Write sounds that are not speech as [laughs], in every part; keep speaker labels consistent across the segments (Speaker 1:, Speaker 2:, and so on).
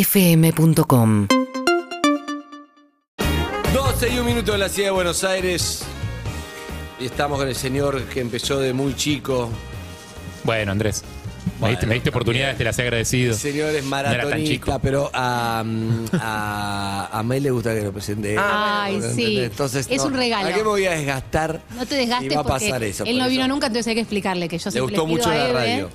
Speaker 1: UrbanaPlayFM.com
Speaker 2: 12 y un minuto en la ciudad de Buenos Aires. Y estamos con el señor que empezó de muy chico.
Speaker 3: Bueno, Andrés, me diste, me diste oportunidades, te las he
Speaker 2: El
Speaker 3: agradecido.
Speaker 2: señor es
Speaker 3: No era tan
Speaker 2: maratonista,
Speaker 3: chico.
Speaker 2: pero a, mm, a, a May le gusta que lo presente. él.
Speaker 4: Ah, Ay,
Speaker 2: ¿Entendés?
Speaker 4: sí.
Speaker 2: Entonces,
Speaker 4: Es
Speaker 2: no,
Speaker 4: un regalo.
Speaker 2: ¿A qué me voy a desgastar?
Speaker 4: No te desgastes
Speaker 2: Y va a
Speaker 4: porque
Speaker 2: pasar eso.
Speaker 4: él
Speaker 2: por
Speaker 4: no
Speaker 2: eso.
Speaker 4: vino nunca, entonces hay que explicarle que yo
Speaker 2: Le
Speaker 4: siempre
Speaker 2: gustó
Speaker 4: pido
Speaker 2: mucho
Speaker 4: a ¿eh?
Speaker 2: la
Speaker 4: Eve-
Speaker 2: radio.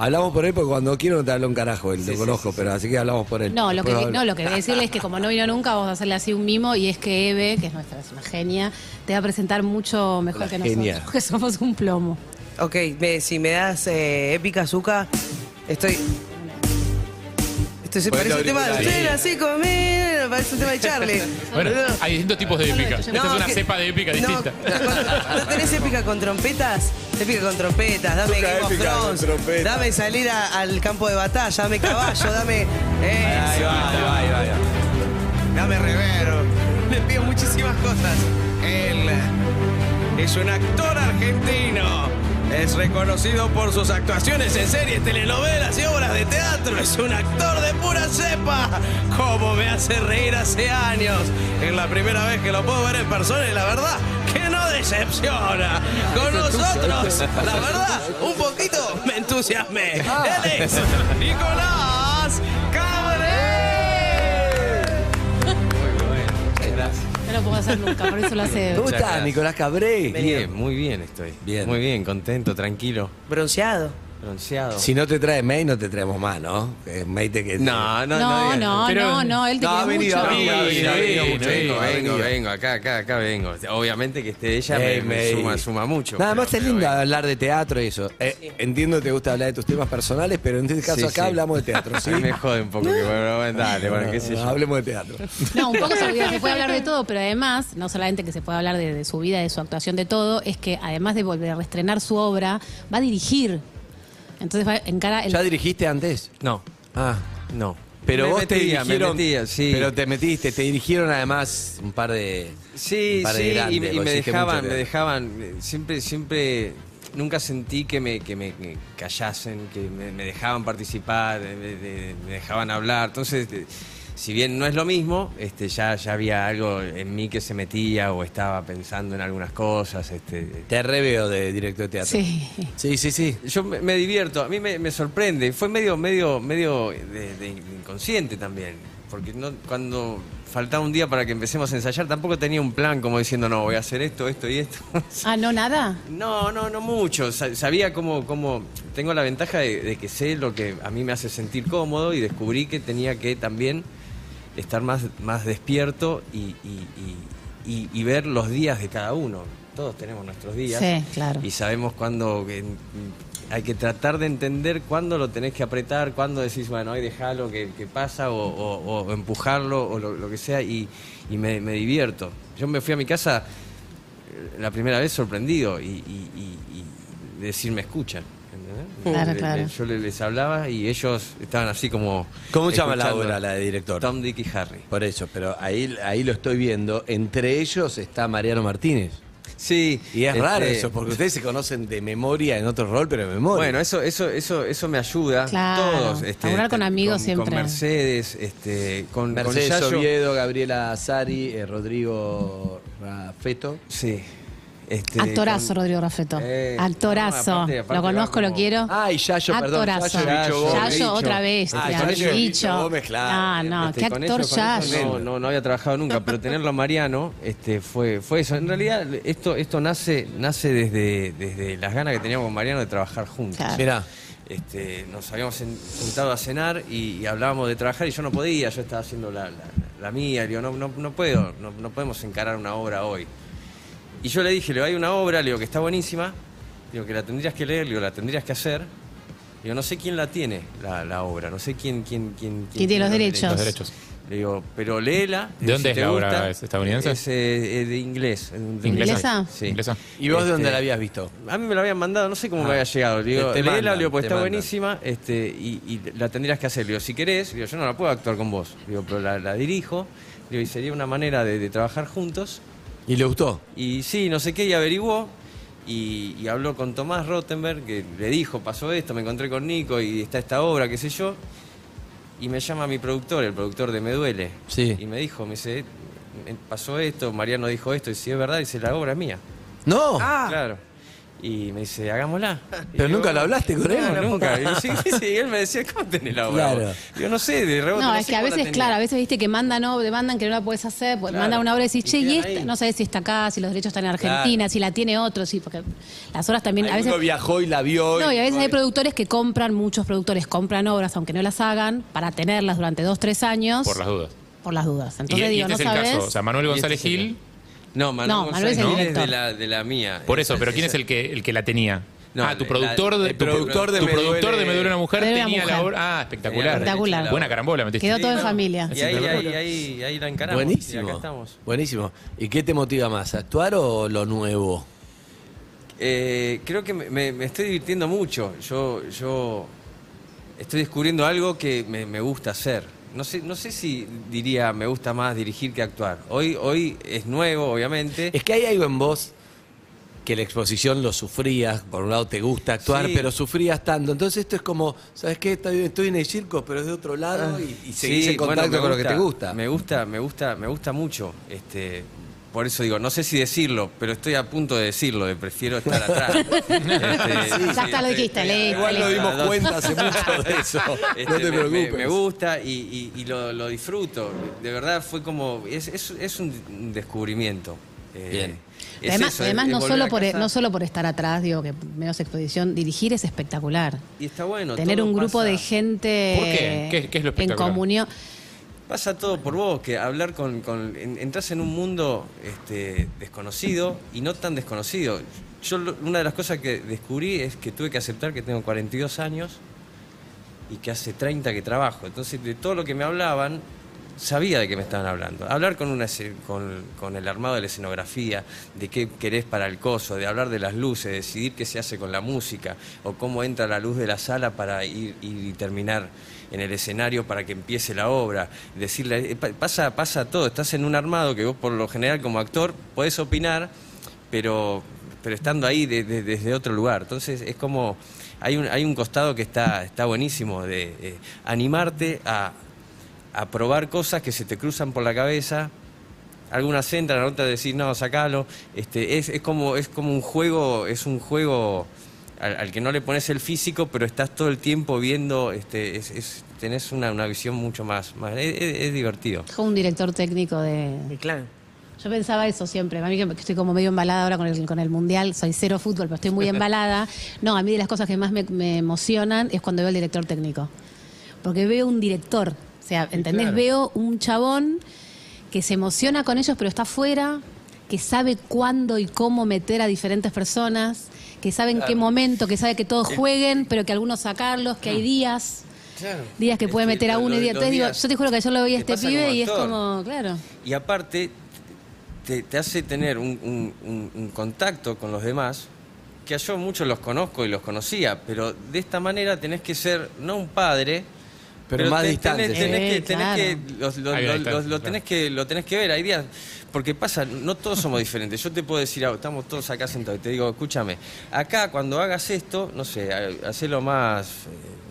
Speaker 2: Hablamos por él porque cuando quiero no te hablo un carajo, él lo conozco, pero así que hablamos por él.
Speaker 4: No, lo que,
Speaker 2: Después hablo.
Speaker 4: no, lo que voy a decirle es que como no vino nunca, vamos a hacerle así un mimo y es que Eve, que es nuestra es una genia, te va a presentar mucho mejor
Speaker 2: La
Speaker 4: que
Speaker 2: genia.
Speaker 4: nosotros, [laughs] que somos un plomo.
Speaker 5: Ok, me- si me das eh, épica azúcar, estoy. Esto se
Speaker 2: Ponete
Speaker 5: parece un tema.
Speaker 2: auriculares.
Speaker 5: Usted así conmigo, parece un tema de Charlie.
Speaker 3: [laughs] Bueno,
Speaker 5: Boludo.
Speaker 3: hay distintos tipos de épica. Esta es una
Speaker 5: que-
Speaker 3: cepa de épica
Speaker 5: no,
Speaker 3: distinta.
Speaker 5: ¿No tenés épica con trompetas? Épica con trompetas, dame
Speaker 2: Nunca
Speaker 5: Game of
Speaker 2: épica con
Speaker 5: Thrones,
Speaker 2: trompetas.
Speaker 5: dame salir a- al campo de batalla, dame caballo, dame.
Speaker 2: Ahí
Speaker 5: Eso,
Speaker 2: va, ahí va, ahí va, ahí va.
Speaker 5: dame revero. Le pido muchísimas cosas.
Speaker 6: Él es un actor argentino. Es reconocido por sus actuaciones en series, telenovelas y obras de teatro. Es un actor de pura cepa. Como me hace reír hace años. Es la primera vez que lo puedo ver en persona y la verdad que no decepciona. Con nosotros, la verdad, un poquito me entusiasmé. Él es Nicolás Cabré.
Speaker 4: No lo puedo hacer nunca, por eso lo
Speaker 2: [laughs]
Speaker 4: hace Eve.
Speaker 2: ¿Cómo estás,
Speaker 6: gracias.
Speaker 2: Nicolás Cabré?
Speaker 6: Bien, muy bien estoy.
Speaker 2: Bien.
Speaker 6: Muy bien, contento, tranquilo,
Speaker 5: Bronceado.
Speaker 6: bronceado.
Speaker 2: Si no te trae May, no te traemos más, ¿no? Eh, May te que.
Speaker 6: No, no, no.
Speaker 4: No,
Speaker 6: digas.
Speaker 4: no,
Speaker 3: Pero-
Speaker 4: no, no, él te
Speaker 2: No, ha
Speaker 4: quiere
Speaker 2: venido,
Speaker 4: mucho.
Speaker 2: ha venido, ha venido, ha venido
Speaker 3: Sí,
Speaker 2: mucho,
Speaker 3: sí,
Speaker 2: Nico,
Speaker 6: Vengo,
Speaker 2: ha
Speaker 6: vengo,
Speaker 2: venido.
Speaker 6: vengo, acá, acá, acá vengo. Obviamente que esté ella
Speaker 2: Ey,
Speaker 6: me, me
Speaker 2: May.
Speaker 6: suma, suma mucho.
Speaker 2: Nada
Speaker 6: pero-
Speaker 2: más es
Speaker 6: pero
Speaker 2: lindo
Speaker 6: vengo.
Speaker 2: hablar de teatro y eso. Eh, Entiendo que te gusta hablar de tus temas personales, pero en este caso
Speaker 6: Sí,
Speaker 2: acá
Speaker 6: sí.
Speaker 2: hablamos de teatro,
Speaker 6: [laughs]
Speaker 2: ¿sí?
Speaker 6: A mí Me jode un poco que bueno, bueno, dale, bueno, qué sé
Speaker 2: No,
Speaker 6: yo.
Speaker 2: hablemos de teatro.
Speaker 4: No, un poco se olvida, se puede hablar de todo, pero además, no solamente que se puede hablar de, de su vida, de su actuación, de todo, es que además de volver a reestrenar su obra, va a dirigir. Entonces va en cara el
Speaker 2: ¿Ya dirigiste antes?
Speaker 6: No,
Speaker 2: Ah.
Speaker 6: no.
Speaker 2: Pero
Speaker 6: Me
Speaker 2: vos te
Speaker 6: metía, me
Speaker 2: dirigieron.
Speaker 6: metía, sí.
Speaker 2: Pero te metiste, te dirigieron además un par de.
Speaker 6: Sí,
Speaker 2: un par de
Speaker 6: sí, y,
Speaker 2: grandes,
Speaker 6: y
Speaker 2: vos
Speaker 6: me
Speaker 2: hiciste
Speaker 6: dejaban,
Speaker 2: mucho
Speaker 6: me
Speaker 2: teatro.
Speaker 6: dejaban, eh, siempre, siempre, nunca sentí que me, que me que callasen, que me, me dejaban participar, eh, me, de- me dejaban hablar, entonces, eh, si bien no es lo mismo, este, ya, ya había algo en mí que se metía o estaba pensando en algunas cosas, este,
Speaker 2: Te reveo de director de teatro.
Speaker 4: Sí.
Speaker 2: Sí, sí, sí.
Speaker 6: yo me, me divierto, a mí me, me sorprende, fue medio, medio, medio de, de inconsciente también, porque no, cuando faltaba un día para que empecemos a ensayar, tampoco tenía un plan como diciendo, no, voy a hacer esto, esto y esto. [laughs]
Speaker 4: Ah, no, nada.
Speaker 6: No, no, no mucho. Sa- Sabía cómo, cómo tengo la ventaja de, de que sé lo que a mí me hace sentir cómodo y descubrí que tenía que también estar más, más despierto y, y- y- y- y ver los días de cada uno. Todos tenemos nuestros días
Speaker 4: Sí, claro.
Speaker 6: y sabemos cuándo eh, hay que tratar de entender cuándo lo tenés que apretar, cuándo decís, bueno, hoy dejalo que, que pasa o, o- o empujarlo o lo, lo que sea y, y me, me divierto. Yo me fui a mi casa eh, la primera vez sorprendido y, y- y- y decir me escuchan. ¿entendés? Eh,
Speaker 4: Claro,
Speaker 6: Le- le-
Speaker 4: claro.
Speaker 6: Yo le- les hablaba y ellos estaban así como...
Speaker 2: ¿Cómo se llama la
Speaker 6: escuchando.
Speaker 2: obra, la de director?
Speaker 6: Tom, Dick y Harry.
Speaker 2: Por eso, pero ahí, ahí lo estoy viendo. Entre ellos está Mariano Martínez.
Speaker 6: Sí.
Speaker 2: Y es raro
Speaker 6: este,
Speaker 2: eso, porque ustedes se conocen de memoria en otro rol, pero de memoria.
Speaker 6: Bueno, eso, eso, eso, eso me ayuda.
Speaker 4: Claro,
Speaker 6: Todos. Este,
Speaker 4: laburar con
Speaker 6: este,
Speaker 4: amigos
Speaker 6: con-
Speaker 4: siempre.
Speaker 6: Con Mercedes, este, con,
Speaker 2: Mercedes
Speaker 6: con Yayo.
Speaker 2: Oviedo, Gabriela Azari, eh, Rodrigo Rafeto.
Speaker 6: Sí. Este,
Speaker 4: Actorazo,
Speaker 6: con-
Speaker 4: Rodrigo Raffetto.
Speaker 6: Eh,
Speaker 4: Actorazo.
Speaker 6: no, aparte- aparte
Speaker 4: lo
Speaker 6: va
Speaker 4: conozco, lo
Speaker 6: como-
Speaker 4: quiero.
Speaker 2: Ah, y Yayo, perdón,
Speaker 4: Actorazo.
Speaker 2: Yayo,
Speaker 6: Bicho
Speaker 4: Yayo,
Speaker 6: Gómez. Bicho.
Speaker 4: otra vez.
Speaker 2: Ah,
Speaker 4: el
Speaker 2: con ellos, Bicho
Speaker 4: bicho.
Speaker 2: Gómez, claro.
Speaker 4: Ah, no,
Speaker 6: este,
Speaker 4: qué
Speaker 6: con
Speaker 4: actor
Speaker 6: ellos, con ellos
Speaker 4: Yayo.
Speaker 6: No, no, no había trabajado nunca, pero tenerlo a Mariano este, fue, fue eso. En realidad, esto, esto nace, nace desde, desde las ganas que teníamos con Mariano de trabajar juntos.
Speaker 4: Claro.
Speaker 2: Mirá,
Speaker 6: Este, nos habíamos en- juntado a cenar y, y hablábamos de trabajar y yo no podía, yo estaba haciendo la, la- la mía, le digo, no, no, no puedo, no, no podemos encarar una obra hoy. Y yo le dije, le digo, hay una obra, le digo, que está buenísima, le digo, que la tendrías que leer, le digo, la tendrías que hacer. Le digo, no sé quién la tiene, la, la obra, no sé quién... ¿Quién, quién,
Speaker 4: ¿Quién tiene los derechos?
Speaker 3: Los derechos.
Speaker 6: Le digo, pero léela.
Speaker 3: ¿De
Speaker 6: le digo,
Speaker 3: dónde es
Speaker 6: te
Speaker 3: la obra? ¿Es estadounidense?
Speaker 6: Es eh, eh, de inglés. de un- de un-
Speaker 4: ¿Inglesa?
Speaker 6: Sí.
Speaker 3: ¿Inglesa?
Speaker 2: ¿y vos de dónde
Speaker 6: Este,
Speaker 2: la habías visto?
Speaker 6: a mí me lo habían mandado, no sé cómo
Speaker 2: Ah.
Speaker 6: me había llegado. Le digo,
Speaker 2: Te
Speaker 6: leela,
Speaker 2: mandan,
Speaker 6: le digo,
Speaker 2: te
Speaker 6: porque está
Speaker 2: mandan.
Speaker 6: buenísima este, y, y la tendrías que hacer. Le digo, si querés, le digo, yo no la puedo actuar con vos, Le digo, pero la, la dirijo. Le digo, y sería una manera de, de trabajar juntos.
Speaker 2: ¿Y le gustó?
Speaker 6: Y sí, no sé qué, y averiguó. Y, y habló con Tomás Rottenberg, que le dijo, pasó esto, me encontré con Nico y está esta obra, qué sé yo. Y me llama mi productor, el productor de Me Duele.
Speaker 2: Sí.
Speaker 6: Y me dijo, me dice, "Me pasó esto, Mariano dijo esto, y si es verdad, dice, la obra es mía.
Speaker 2: No,
Speaker 1: Ah.
Speaker 6: Claro. Y me dice, hagámosla. Y
Speaker 2: pero
Speaker 6: digo,
Speaker 2: nunca lo hablaste con él.
Speaker 6: No, nunca. Y, sí, sí, sí, él me decía, ¿cómo tenés la obra?
Speaker 2: Claro.
Speaker 6: vos?". Yo no sé, de rebote.
Speaker 4: No,
Speaker 6: sé
Speaker 4: es que a
Speaker 6: cómo la
Speaker 4: veces,
Speaker 6: tenía.
Speaker 4: claro, a veces viste que mandan, o demandan que no la puedes hacer, pues
Speaker 6: Claro.
Speaker 4: mandan una obra y decís,
Speaker 6: Y
Speaker 4: che, y
Speaker 6: quedan
Speaker 4: esta,
Speaker 6: ahí.
Speaker 4: no sabes si está acá, si los derechos están en Argentina, si la tiene otro, sí, porque las obras también, a veces
Speaker 2: Uno viajó y la vio.
Speaker 4: No, y a veces hay
Speaker 2: Bueno.
Speaker 4: productores que compran, muchos productores compran obras, aunque no las hagan, para tenerlas durante dos, tres años.
Speaker 3: Por las dudas.
Speaker 4: por las dudas.
Speaker 3: Y,
Speaker 4: Entonces
Speaker 3: y
Speaker 4: digo,
Speaker 3: este es el
Speaker 4: no sabes.
Speaker 3: caso. O sea, Manuel
Speaker 6: este
Speaker 3: González
Speaker 6: es el-
Speaker 3: Gil.
Speaker 6: No, Manuel,
Speaker 4: No, Manuel es el
Speaker 6: González Gil
Speaker 4: director.
Speaker 6: de la, de la mía.
Speaker 3: Por eso, pero
Speaker 6: Esa-
Speaker 3: ¿quién es el que, el que la tenía?
Speaker 6: Este No,
Speaker 3: ah, tu
Speaker 6: la-
Speaker 3: productor de,
Speaker 6: el
Speaker 3: tu-
Speaker 2: productor de
Speaker 3: tu
Speaker 2: Me
Speaker 3: productor de
Speaker 2: Duele-
Speaker 3: Me Duele una Mujer
Speaker 4: Me Duele una
Speaker 3: tenía la
Speaker 4: Mujer.
Speaker 3: obra. Ah, espectacular.
Speaker 4: Espectacular.
Speaker 3: Buena carambola, metiste.
Speaker 4: Quedó todo en familia.
Speaker 6: Y ahí, ahí, ahí, ahí la encaramos.
Speaker 2: Buenísimo.
Speaker 6: Y acá estamos.
Speaker 2: Buenísimo. ¿Y qué te motiva más? ¿Actuar o lo nuevo?
Speaker 6: Eh, creo que me, me- me estoy divirtiendo mucho. Yo, yo estoy descubriendo algo que me, me gusta hacer. No sé, no sé si diría me gusta más dirigir que actuar. Hoy, hoy es nuevo, obviamente.
Speaker 2: Es que hay algo en vos que la exposición lo sufrías, por un lado te gusta actuar,
Speaker 6: Sí.
Speaker 2: pero sufrías tanto. Entonces esto es como, ¿sabes qué? Estoy, estoy en el circo, pero es de otro lado y, y seguís
Speaker 6: Ah. Sí,
Speaker 2: en
Speaker 6: bueno,
Speaker 2: contacto
Speaker 6: me
Speaker 2: con lo que te gusta.
Speaker 6: Me gusta, me gusta, me gusta mucho. Este, por eso digo, no sé si decirlo, pero estoy a punto de decirlo, de prefiero estar
Speaker 4: [laughs]
Speaker 6: atrás. Este,
Speaker 4: Ya está, lo dijiste, listo,
Speaker 2: Igual nos
Speaker 4: listo.
Speaker 2: dimos cuenta hace [laughs] mucho de eso.
Speaker 6: [laughs] Este,
Speaker 2: no te
Speaker 6: me- me-
Speaker 2: preocupes.
Speaker 6: Me, gusta y, y- y lo, lo disfruto. De verdad fue como. Es, es- es un descubrimiento. Eh,
Speaker 2: Bien.
Speaker 6: es
Speaker 4: además,
Speaker 6: eso, es-
Speaker 4: además
Speaker 6: es
Speaker 4: no,
Speaker 6: volver
Speaker 4: solo
Speaker 6: a
Speaker 4: por, e-
Speaker 6: casa
Speaker 4: no solo por estar atrás, digo que menos exposición, dirigir es espectacular.
Speaker 6: Y está bueno.
Speaker 4: Tener
Speaker 6: todo
Speaker 4: un grupo
Speaker 6: pasa-
Speaker 4: de gente
Speaker 3: ¿Por qué? ¿Qué- qué es lo
Speaker 4: en
Speaker 3: espectacular?
Speaker 4: comunión.
Speaker 6: Pasa todo por vos, que hablar con. con en- entras en un mundo este, desconocido y no tan desconocido. Yo, lo- una de las cosas que descubrí es que tuve que aceptar que tengo 42 años y que hace 30 que trabajo. Entonces, de todo lo que me hablaban, sabía de qué me estaban hablando. Hablar con, una, esce- con, con el armado de la escenografía, de qué querés para el coso, de hablar de las luces, decidir qué se hace con la música, o cómo entra la luz de la sala para ir, ir y terminar en el escenario para que empiece la obra. Decirle, eh, pa- pasa, pasa todo, estás en un armado que vos por lo general como actor podés opinar, pero pero estando ahí de- de- desde otro lugar. Entonces es como, hay un, hay un costado que está, está buenísimo de eh, animarte a, a probar cosas que se te cruzan por la cabeza. Algunas entran, otras decís, no, sacalo. Este, es, es como, es como un juego, es un juego al, al que no le pones el físico, pero estás todo el tiempo viendo, este, es, es- tenés una, una visión mucho más, más es, es- es divertido.
Speaker 4: Dijo un director técnico de,
Speaker 1: Y claro.
Speaker 4: Yo pensaba eso siempre. A mí que que estoy como medio embalada ahora con el, con el Mundial. Soy cero fútbol, pero
Speaker 1: [laughs]
Speaker 4: estoy muy embalada. No, a mí de las cosas que más me, me emocionan es cuando veo al director técnico. Porque veo un director. O sea, ¿entendés? Veo un chabón que se emociona con ellos, pero está afuera, que sabe cuándo y cómo meter a diferentes personas, que sabe en qué momento, que sabe que todos jueguen, pero que algunos sacarlos, que
Speaker 1: Mm.
Speaker 4: hay días. Días que puede
Speaker 6: Este,
Speaker 4: meter a
Speaker 6: lo-
Speaker 4: uno y
Speaker 6: lo-
Speaker 4: días.
Speaker 6: los
Speaker 4: Entonces digo,
Speaker 6: días
Speaker 4: yo te juro que yo lo veía a este
Speaker 6: que pasa como
Speaker 4: pibe y es
Speaker 6: actor.
Speaker 4: como, claro.
Speaker 6: Y aparte, te, te hace tener un, un- un- un contacto con los demás, que yo muchos los conozco y los conocía, pero de esta manera tenés que ser, no un padre,
Speaker 2: Pero más
Speaker 6: te-
Speaker 2: distante.
Speaker 6: Tenés, tenés
Speaker 4: Eh,
Speaker 6: que, tenés que- los- los-
Speaker 3: Hay una
Speaker 6: los-
Speaker 3: distancia,
Speaker 6: los- lo tenés que lo tenés que ver, hay días. Porque pasa, no todos somos diferentes. Yo te puedo decir, ah, estamos todos acá sentados, y te digo, escúchame, acá cuando hagas esto, no sé, ha- hacelo más. eh,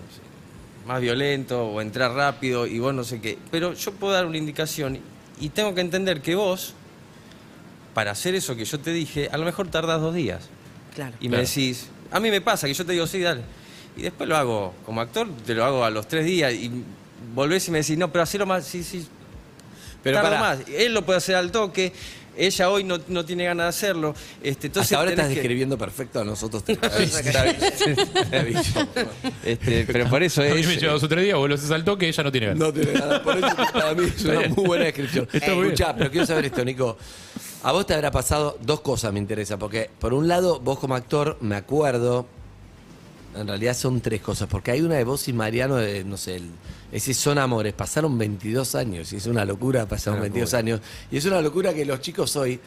Speaker 6: más violento o entrar rápido y vos no sé qué. Pero yo puedo dar una indicación y tengo que entender que vos, para hacer eso que yo te dije, a lo mejor tardás dos días.
Speaker 1: Claro.
Speaker 6: Y me
Speaker 3: Claro.
Speaker 6: decís, a mí me pasa que yo te digo, sí, dale. Y después lo hago como actor, te lo hago a los tres días y volvés y me decís, no, pero hacelo más, sí, sí,
Speaker 2: Pero
Speaker 6: tardo
Speaker 2: pará.
Speaker 6: más. Él lo puede hacer al toque, ella hoy no, no tiene ganas de hacerlo. Este, entonces
Speaker 2: Hasta ahora
Speaker 6: tenés
Speaker 2: estás
Speaker 6: que-
Speaker 2: describiendo perfecto a
Speaker 6: [laughs]
Speaker 2: nosotros tres.
Speaker 6: [laughs] Este, pero por eso
Speaker 3: A mí
Speaker 6: es...
Speaker 3: me lleva dos o tres días, vos lo haces al toque, ella no tiene ganas.
Speaker 2: No tiene nada. Por eso para mí es una muy buena descripción.
Speaker 3: Está muy bien.
Speaker 2: Escuchá, pero quiero saber esto, Nico. A vos te habrá pasado dos cosas me interesa, porque por un lado, vos como actor, me acuerdo, en realidad son tres cosas, porque hay una de vos y Mariano, de, no sé, el- ese Son Amores, pasaron 22 años, y es una locura, pasaron 22 años, y es una locura que los chicos hoy,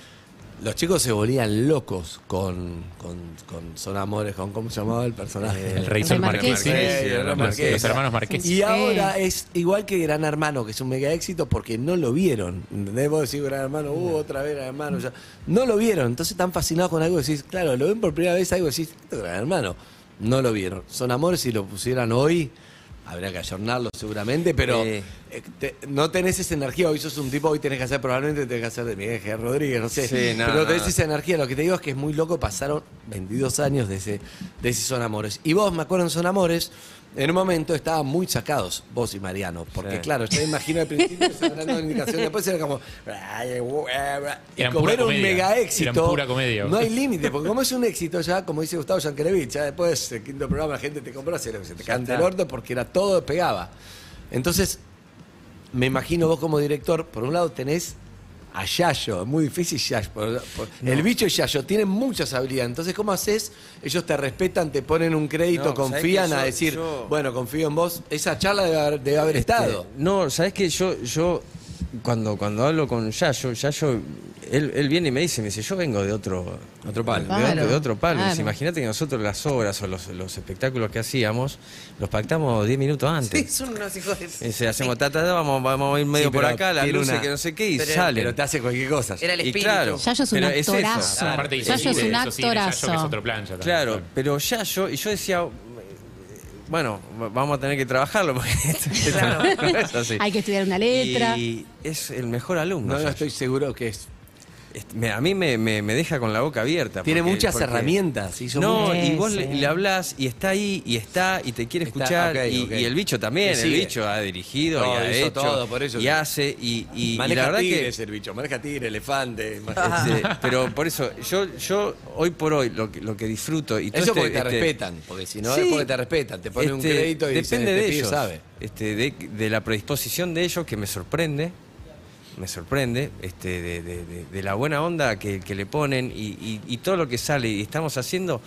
Speaker 2: los chicos se volvían locos con, con, con Son Amores, con cómo se llamaba el personaje.
Speaker 3: Eh, El rey
Speaker 4: El
Speaker 3: Sol
Speaker 4: rey
Speaker 3: Marqués.
Speaker 4: Marqués.
Speaker 2: Sí, el rey
Speaker 3: Los,
Speaker 2: Marqués.
Speaker 3: los hermanos Marqués.
Speaker 2: Y ahora es igual que Gran Hermano, que es un mega éxito porque no lo vieron. ¿Entendés? Vos decís Gran Hermano, uh, otra vez Gran Hermano. ya. No lo vieron, entonces están fascinados con algo que decís, claro, lo ven por primera vez algo y decís, esto es Gran Hermano. No lo vieron. Son amores si lo pusieran hoy. Habrá que ayornarlo seguramente, pero
Speaker 6: Sí.
Speaker 2: eh, te- no tenés esa energía. Hoy sos un tipo, hoy tenés que hacer, probablemente tenés que hacer de Miguel G. Rodríguez, no sé.
Speaker 6: Sí, no,
Speaker 2: pero
Speaker 6: no,
Speaker 2: tenés
Speaker 6: no.
Speaker 2: esa energía. Lo que te digo es que es muy loco. Pasaron 22 años de ese, de ese Son Amores. Y vos, me acuerdo en Son Amores, en un momento estaban muy sacados, vos y Mariano. Porque,
Speaker 6: Sí.
Speaker 2: claro, yo me imagino al principio estaban dando una indicación. Después era como. eh, Y
Speaker 3: Eran
Speaker 2: como
Speaker 3: pura
Speaker 2: era un
Speaker 3: comedia.
Speaker 2: mega
Speaker 3: Eran
Speaker 2: éxito.
Speaker 3: pura comedia.
Speaker 2: No hay límite, porque como es un éxito ya, como dice Gustavo Yankelevich, ya después el quinto programa la gente te compró, se, se te
Speaker 6: Ya
Speaker 2: canta
Speaker 6: está.
Speaker 2: el orto porque era todo pegaba. Entonces, me imagino vos como director, por un lado tenés a Yayo, es muy difícil Yayo. por- por- El bicho y Yayo tienen muchas habilidades. Entonces, ¿cómo haces? Ellos te respetan, te ponen un crédito,
Speaker 6: No, ¿sabés
Speaker 2: confían
Speaker 6: que yo-
Speaker 2: a decir,
Speaker 6: yo-
Speaker 2: bueno, confío en vos. Esa charla debe haber, debe haber estado.
Speaker 6: Este, no, sabes que yo, yo cuando, cuando hablo con Yayo, Yayo, él, él viene y me dice, me dice, yo vengo de otro,
Speaker 2: Otro palo.
Speaker 6: de otro- de otro palo.
Speaker 4: Claro.
Speaker 6: Dice, Imagínate que nosotros las obras o los, los espectáculos que hacíamos, los pactamos 10 minutos
Speaker 5: Sí,
Speaker 6: antes.
Speaker 5: son unos hijos de...
Speaker 6: Dice, hacemos ta, ta, ta, vamos, vamos a ir medio
Speaker 2: Sí,
Speaker 6: por
Speaker 2: pero
Speaker 6: acá, las
Speaker 2: tiene
Speaker 6: luces
Speaker 2: una-
Speaker 6: que no sé qué, y
Speaker 2: pero-
Speaker 6: salen.
Speaker 2: Pero te hace cualquier cosa.
Speaker 5: Era el
Speaker 6: Y
Speaker 5: espíritu.
Speaker 6: claro,
Speaker 4: Yayo es un
Speaker 6: pero eso.
Speaker 4: actorazo.
Speaker 6: Claro.
Speaker 3: Aparte,
Speaker 4: Yayo es un
Speaker 3: eso sí, de Yayo, que es
Speaker 4: actorazo.
Speaker 3: otro plan ya también.
Speaker 6: Claro, pero ya yo, y yo decía, eh, bueno, va- vamos a tener que trabajarlo porque [laughs] esto- esto no es así.
Speaker 4: Hay que estudiar una letra.
Speaker 6: Y es el mejor alumno.
Speaker 2: No, no
Speaker 6: Yayo.
Speaker 2: estoy seguro que es.
Speaker 6: Este, me- a mí me, me- me deja con la boca abierta.
Speaker 2: Tiene
Speaker 6: porque-
Speaker 2: muchas
Speaker 6: porque-
Speaker 2: herramientas. hizo
Speaker 6: No,
Speaker 2: muchas-
Speaker 6: y vos
Speaker 4: Sí,
Speaker 6: le,
Speaker 4: sí.
Speaker 6: le hablas y está ahí, y está, y te quiere
Speaker 2: Está,
Speaker 6: escuchar.
Speaker 2: ok,
Speaker 6: y,
Speaker 2: ok.
Speaker 6: y el bicho también,
Speaker 2: Y
Speaker 6: el
Speaker 2: sigue.
Speaker 6: bicho ha dirigido
Speaker 2: Todo,
Speaker 6: y ha
Speaker 2: hizo
Speaker 6: hecho.
Speaker 2: todo, por eso
Speaker 6: y
Speaker 2: que-
Speaker 6: hace, y, y- y la
Speaker 2: Maneja
Speaker 6: verdad
Speaker 2: tigres
Speaker 6: que.
Speaker 2: el bicho, maneja tigre,
Speaker 6: [laughs]
Speaker 2: elefante.
Speaker 6: este, pero por eso, yo, yo hoy por hoy lo que, lo que disfruto. Y todo
Speaker 2: [laughs] Eso
Speaker 6: este-
Speaker 2: porque te
Speaker 6: este-
Speaker 2: respetan, porque si no
Speaker 6: Sí.
Speaker 2: es porque te respetan, te ponen un
Speaker 6: Este,
Speaker 2: crédito y dicen,
Speaker 6: depende
Speaker 2: este
Speaker 6: de
Speaker 2: pibe
Speaker 6: ellos,
Speaker 2: sabe.
Speaker 6: Este, de, de la predisposición de ellos que me sorprende, me sorprende, este, de, de- de- de la buena onda que, que le ponen y, y- y todo lo que sale y estamos haciendo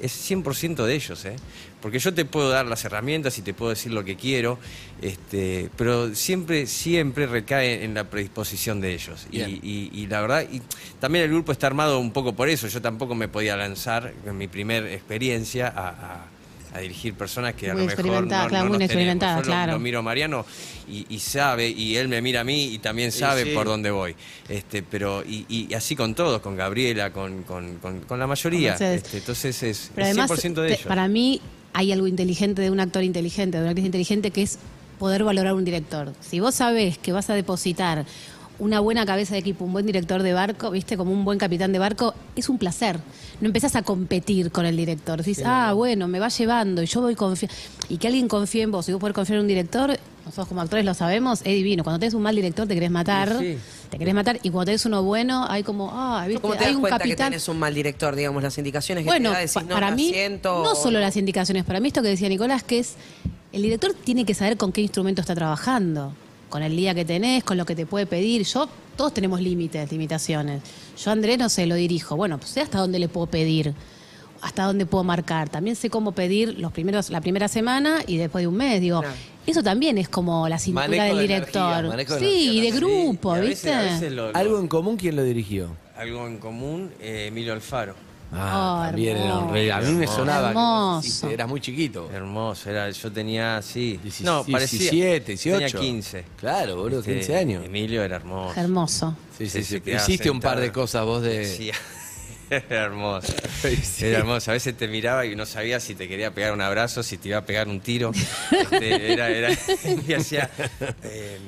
Speaker 6: es 100% de ellos, ¿eh? Porque yo te puedo dar las herramientas y te puedo decir lo que quiero, este, pero siempre, siempre recae en la predisposición de ellos. Y,
Speaker 2: Bien.
Speaker 6: y- y la verdad, y también el grupo está armado un poco por eso. Yo tampoco me podía lanzar en mi primer experiencia a, a- a dirigir personas que a
Speaker 4: Muy
Speaker 6: lo mejor
Speaker 4: experimentada,
Speaker 6: no,
Speaker 4: claro,
Speaker 6: no
Speaker 4: muy
Speaker 6: nos
Speaker 4: experimentada,
Speaker 6: tenemos. Yo lo-
Speaker 4: claro.
Speaker 6: lo miro a Mariano y, y sabe, y él me mira a mí y también sabe
Speaker 2: sí.
Speaker 6: por dónde voy. Este, pero, y, y así con todos, con Gabriela, con, con- con- con la mayoría.
Speaker 4: Con Mercedes.
Speaker 6: Este, entonces es,
Speaker 4: Pero
Speaker 6: es
Speaker 4: además,
Speaker 6: 100% de
Speaker 4: te-
Speaker 6: ellos.
Speaker 4: para mí hay algo inteligente de un actor inteligente, de una actriz inteligente, que es poder valorar un director. Si vos sabés que vas a depositar una buena cabeza de equipo, un buen director de barco, viste, como un buen capitán de barco, es un placer. No empezás a competir con el director. Decís, ah, bueno, me va llevando y yo voy confiando. Y que alguien confíe en vos y vos poder confiar en un director, nosotros como actores lo sabemos, es divino. Cuando tenés un mal director te querés matar,
Speaker 6: Sí, sí.
Speaker 4: te querés matar. Y cuando tenés uno bueno, hay como, ah, viste,
Speaker 5: ¿Cómo te
Speaker 4: hay
Speaker 5: das
Speaker 4: un
Speaker 5: cuenta que
Speaker 4: capitán.
Speaker 5: tenés un mal director, digamos, las indicaciones que
Speaker 4: Bueno,
Speaker 5: te da? Decís,
Speaker 4: pa-
Speaker 5: no,
Speaker 4: para
Speaker 5: la
Speaker 4: mí,
Speaker 5: siento,
Speaker 4: no
Speaker 5: o-
Speaker 4: solo las indicaciones, para mí esto que decía Nicolás, que es, el director tiene que saber con qué instrumento está trabajando, con el día que tenés, con lo que te puede pedir. Yo, todos tenemos límites, limitaciones. Yo a Andrés no sé, lo dirijo. Bueno, pues sé hasta dónde le puedo pedir, hasta dónde puedo marcar. También sé cómo pedir los primeros, la primera semana y después de un mes, digo.
Speaker 5: Claro.
Speaker 4: Eso también es como la cintura
Speaker 2: Manejo
Speaker 4: del
Speaker 2: de
Speaker 4: director.
Speaker 2: energía, manejo de
Speaker 4: sí,
Speaker 2: energía
Speaker 4: y de grupo,
Speaker 6: Y a veces-
Speaker 4: ¿viste?
Speaker 6: a veces lo- lo-
Speaker 2: Algo en común, ¿quién lo dirigió?
Speaker 6: algo en común, eh, Emilio Alfaro.
Speaker 2: Ah,
Speaker 4: Oh,
Speaker 2: también era un
Speaker 4: hermoso.
Speaker 2: rey. A mí me
Speaker 6: Hermoso.
Speaker 2: sonaba. que vos
Speaker 4: Hermoso.
Speaker 2: hiciste, eras muy chiquito.
Speaker 6: Hermoso, era, yo tenía así.
Speaker 2: Dieci-
Speaker 6: no, parecía.
Speaker 2: 17, 18.
Speaker 6: Tenía 15.
Speaker 2: Claro, boludo,
Speaker 6: Este,
Speaker 2: 15 años.
Speaker 6: Emilio era hermoso.
Speaker 4: Hermoso.
Speaker 2: Sí, sí,
Speaker 6: Ese
Speaker 2: sí.
Speaker 6: que quedaba
Speaker 2: Hiciste un par de
Speaker 6: sentado.
Speaker 2: cosas vos de.
Speaker 6: Sí, [laughs] Era
Speaker 2: [laughs]
Speaker 6: hermoso. Era hermoso. A veces te miraba y no sabía si te quería pegar un abrazo, si te iba a pegar un tiro. Este, era, era, [laughs] y hacía. eh,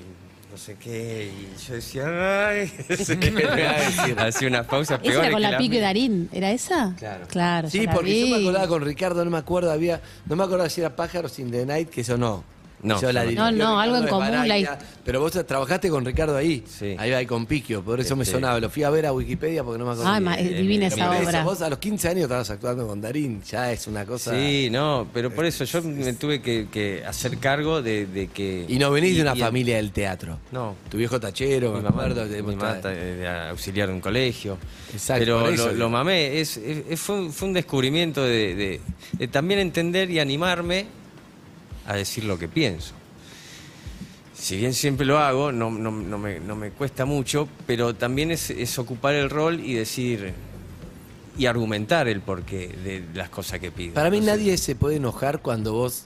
Speaker 6: no sé qué, y yo decía, ay, [laughs] no sé
Speaker 2: [laughs]
Speaker 6: qué te voy a decir. Hacía unas pausas
Speaker 4: ¿Esa
Speaker 6: peores.
Speaker 4: era con
Speaker 6: que
Speaker 4: la
Speaker 6: las
Speaker 4: Pico y
Speaker 6: mías.
Speaker 4: Darín? ¿Era esa?
Speaker 6: Claro.
Speaker 4: Claro.
Speaker 2: Sí,
Speaker 4: la
Speaker 2: porque yo me
Speaker 4: vi.
Speaker 2: acordaba con Ricardo, no me acuerdo, había, no me acordaba si era Pájaros in the Night, que eso no.
Speaker 6: No,
Speaker 2: Eso
Speaker 6: yo
Speaker 2: la
Speaker 6: no.
Speaker 2: dirigió
Speaker 4: No, no,
Speaker 2: Ricardo
Speaker 4: algo en
Speaker 2: de
Speaker 4: común, la
Speaker 2: Baraglia, Pero vos trabajaste con Ricardo ahí,
Speaker 6: Sí.
Speaker 2: ahí, ahí con Piquio, por eso me
Speaker 6: Este-
Speaker 2: sonaba. Lo fui a ver a Wikipedia porque no me acordaba.
Speaker 4: Ay, Ah, ma- es
Speaker 6: Eh,
Speaker 4: divina
Speaker 6: eh,
Speaker 4: esa
Speaker 2: Por eso,
Speaker 4: obra.
Speaker 2: Vos a los 15 años estabas actuando con Darín, ya es una cosa.
Speaker 6: Sí, no, pero
Speaker 2: eh,
Speaker 6: por eso yo me tuve que, que hacer cargo de, de que.
Speaker 2: Y no venís de una
Speaker 6: y-
Speaker 2: familia del teatro.
Speaker 6: No.
Speaker 2: Tu viejo tachero,
Speaker 6: Mi
Speaker 2: me
Speaker 6: mamá,
Speaker 2: acuerdo. de-
Speaker 6: mi mamá ta- eh, era auxiliar de un colegio.
Speaker 2: Exacto,
Speaker 6: Pero
Speaker 2: por eso
Speaker 6: lo,
Speaker 2: digo.
Speaker 6: lo mamé. Es, es- es- fue, un, fue un descubrimiento de, de- de también entender y animarme a decir lo que pienso. Si bien siempre lo hago, no, no- no me, no me cuesta mucho, pero también es, es ocupar el rol y decir y argumentar el porqué de las cosas que pido.
Speaker 2: Para mí nadie se puede enojar cuando vos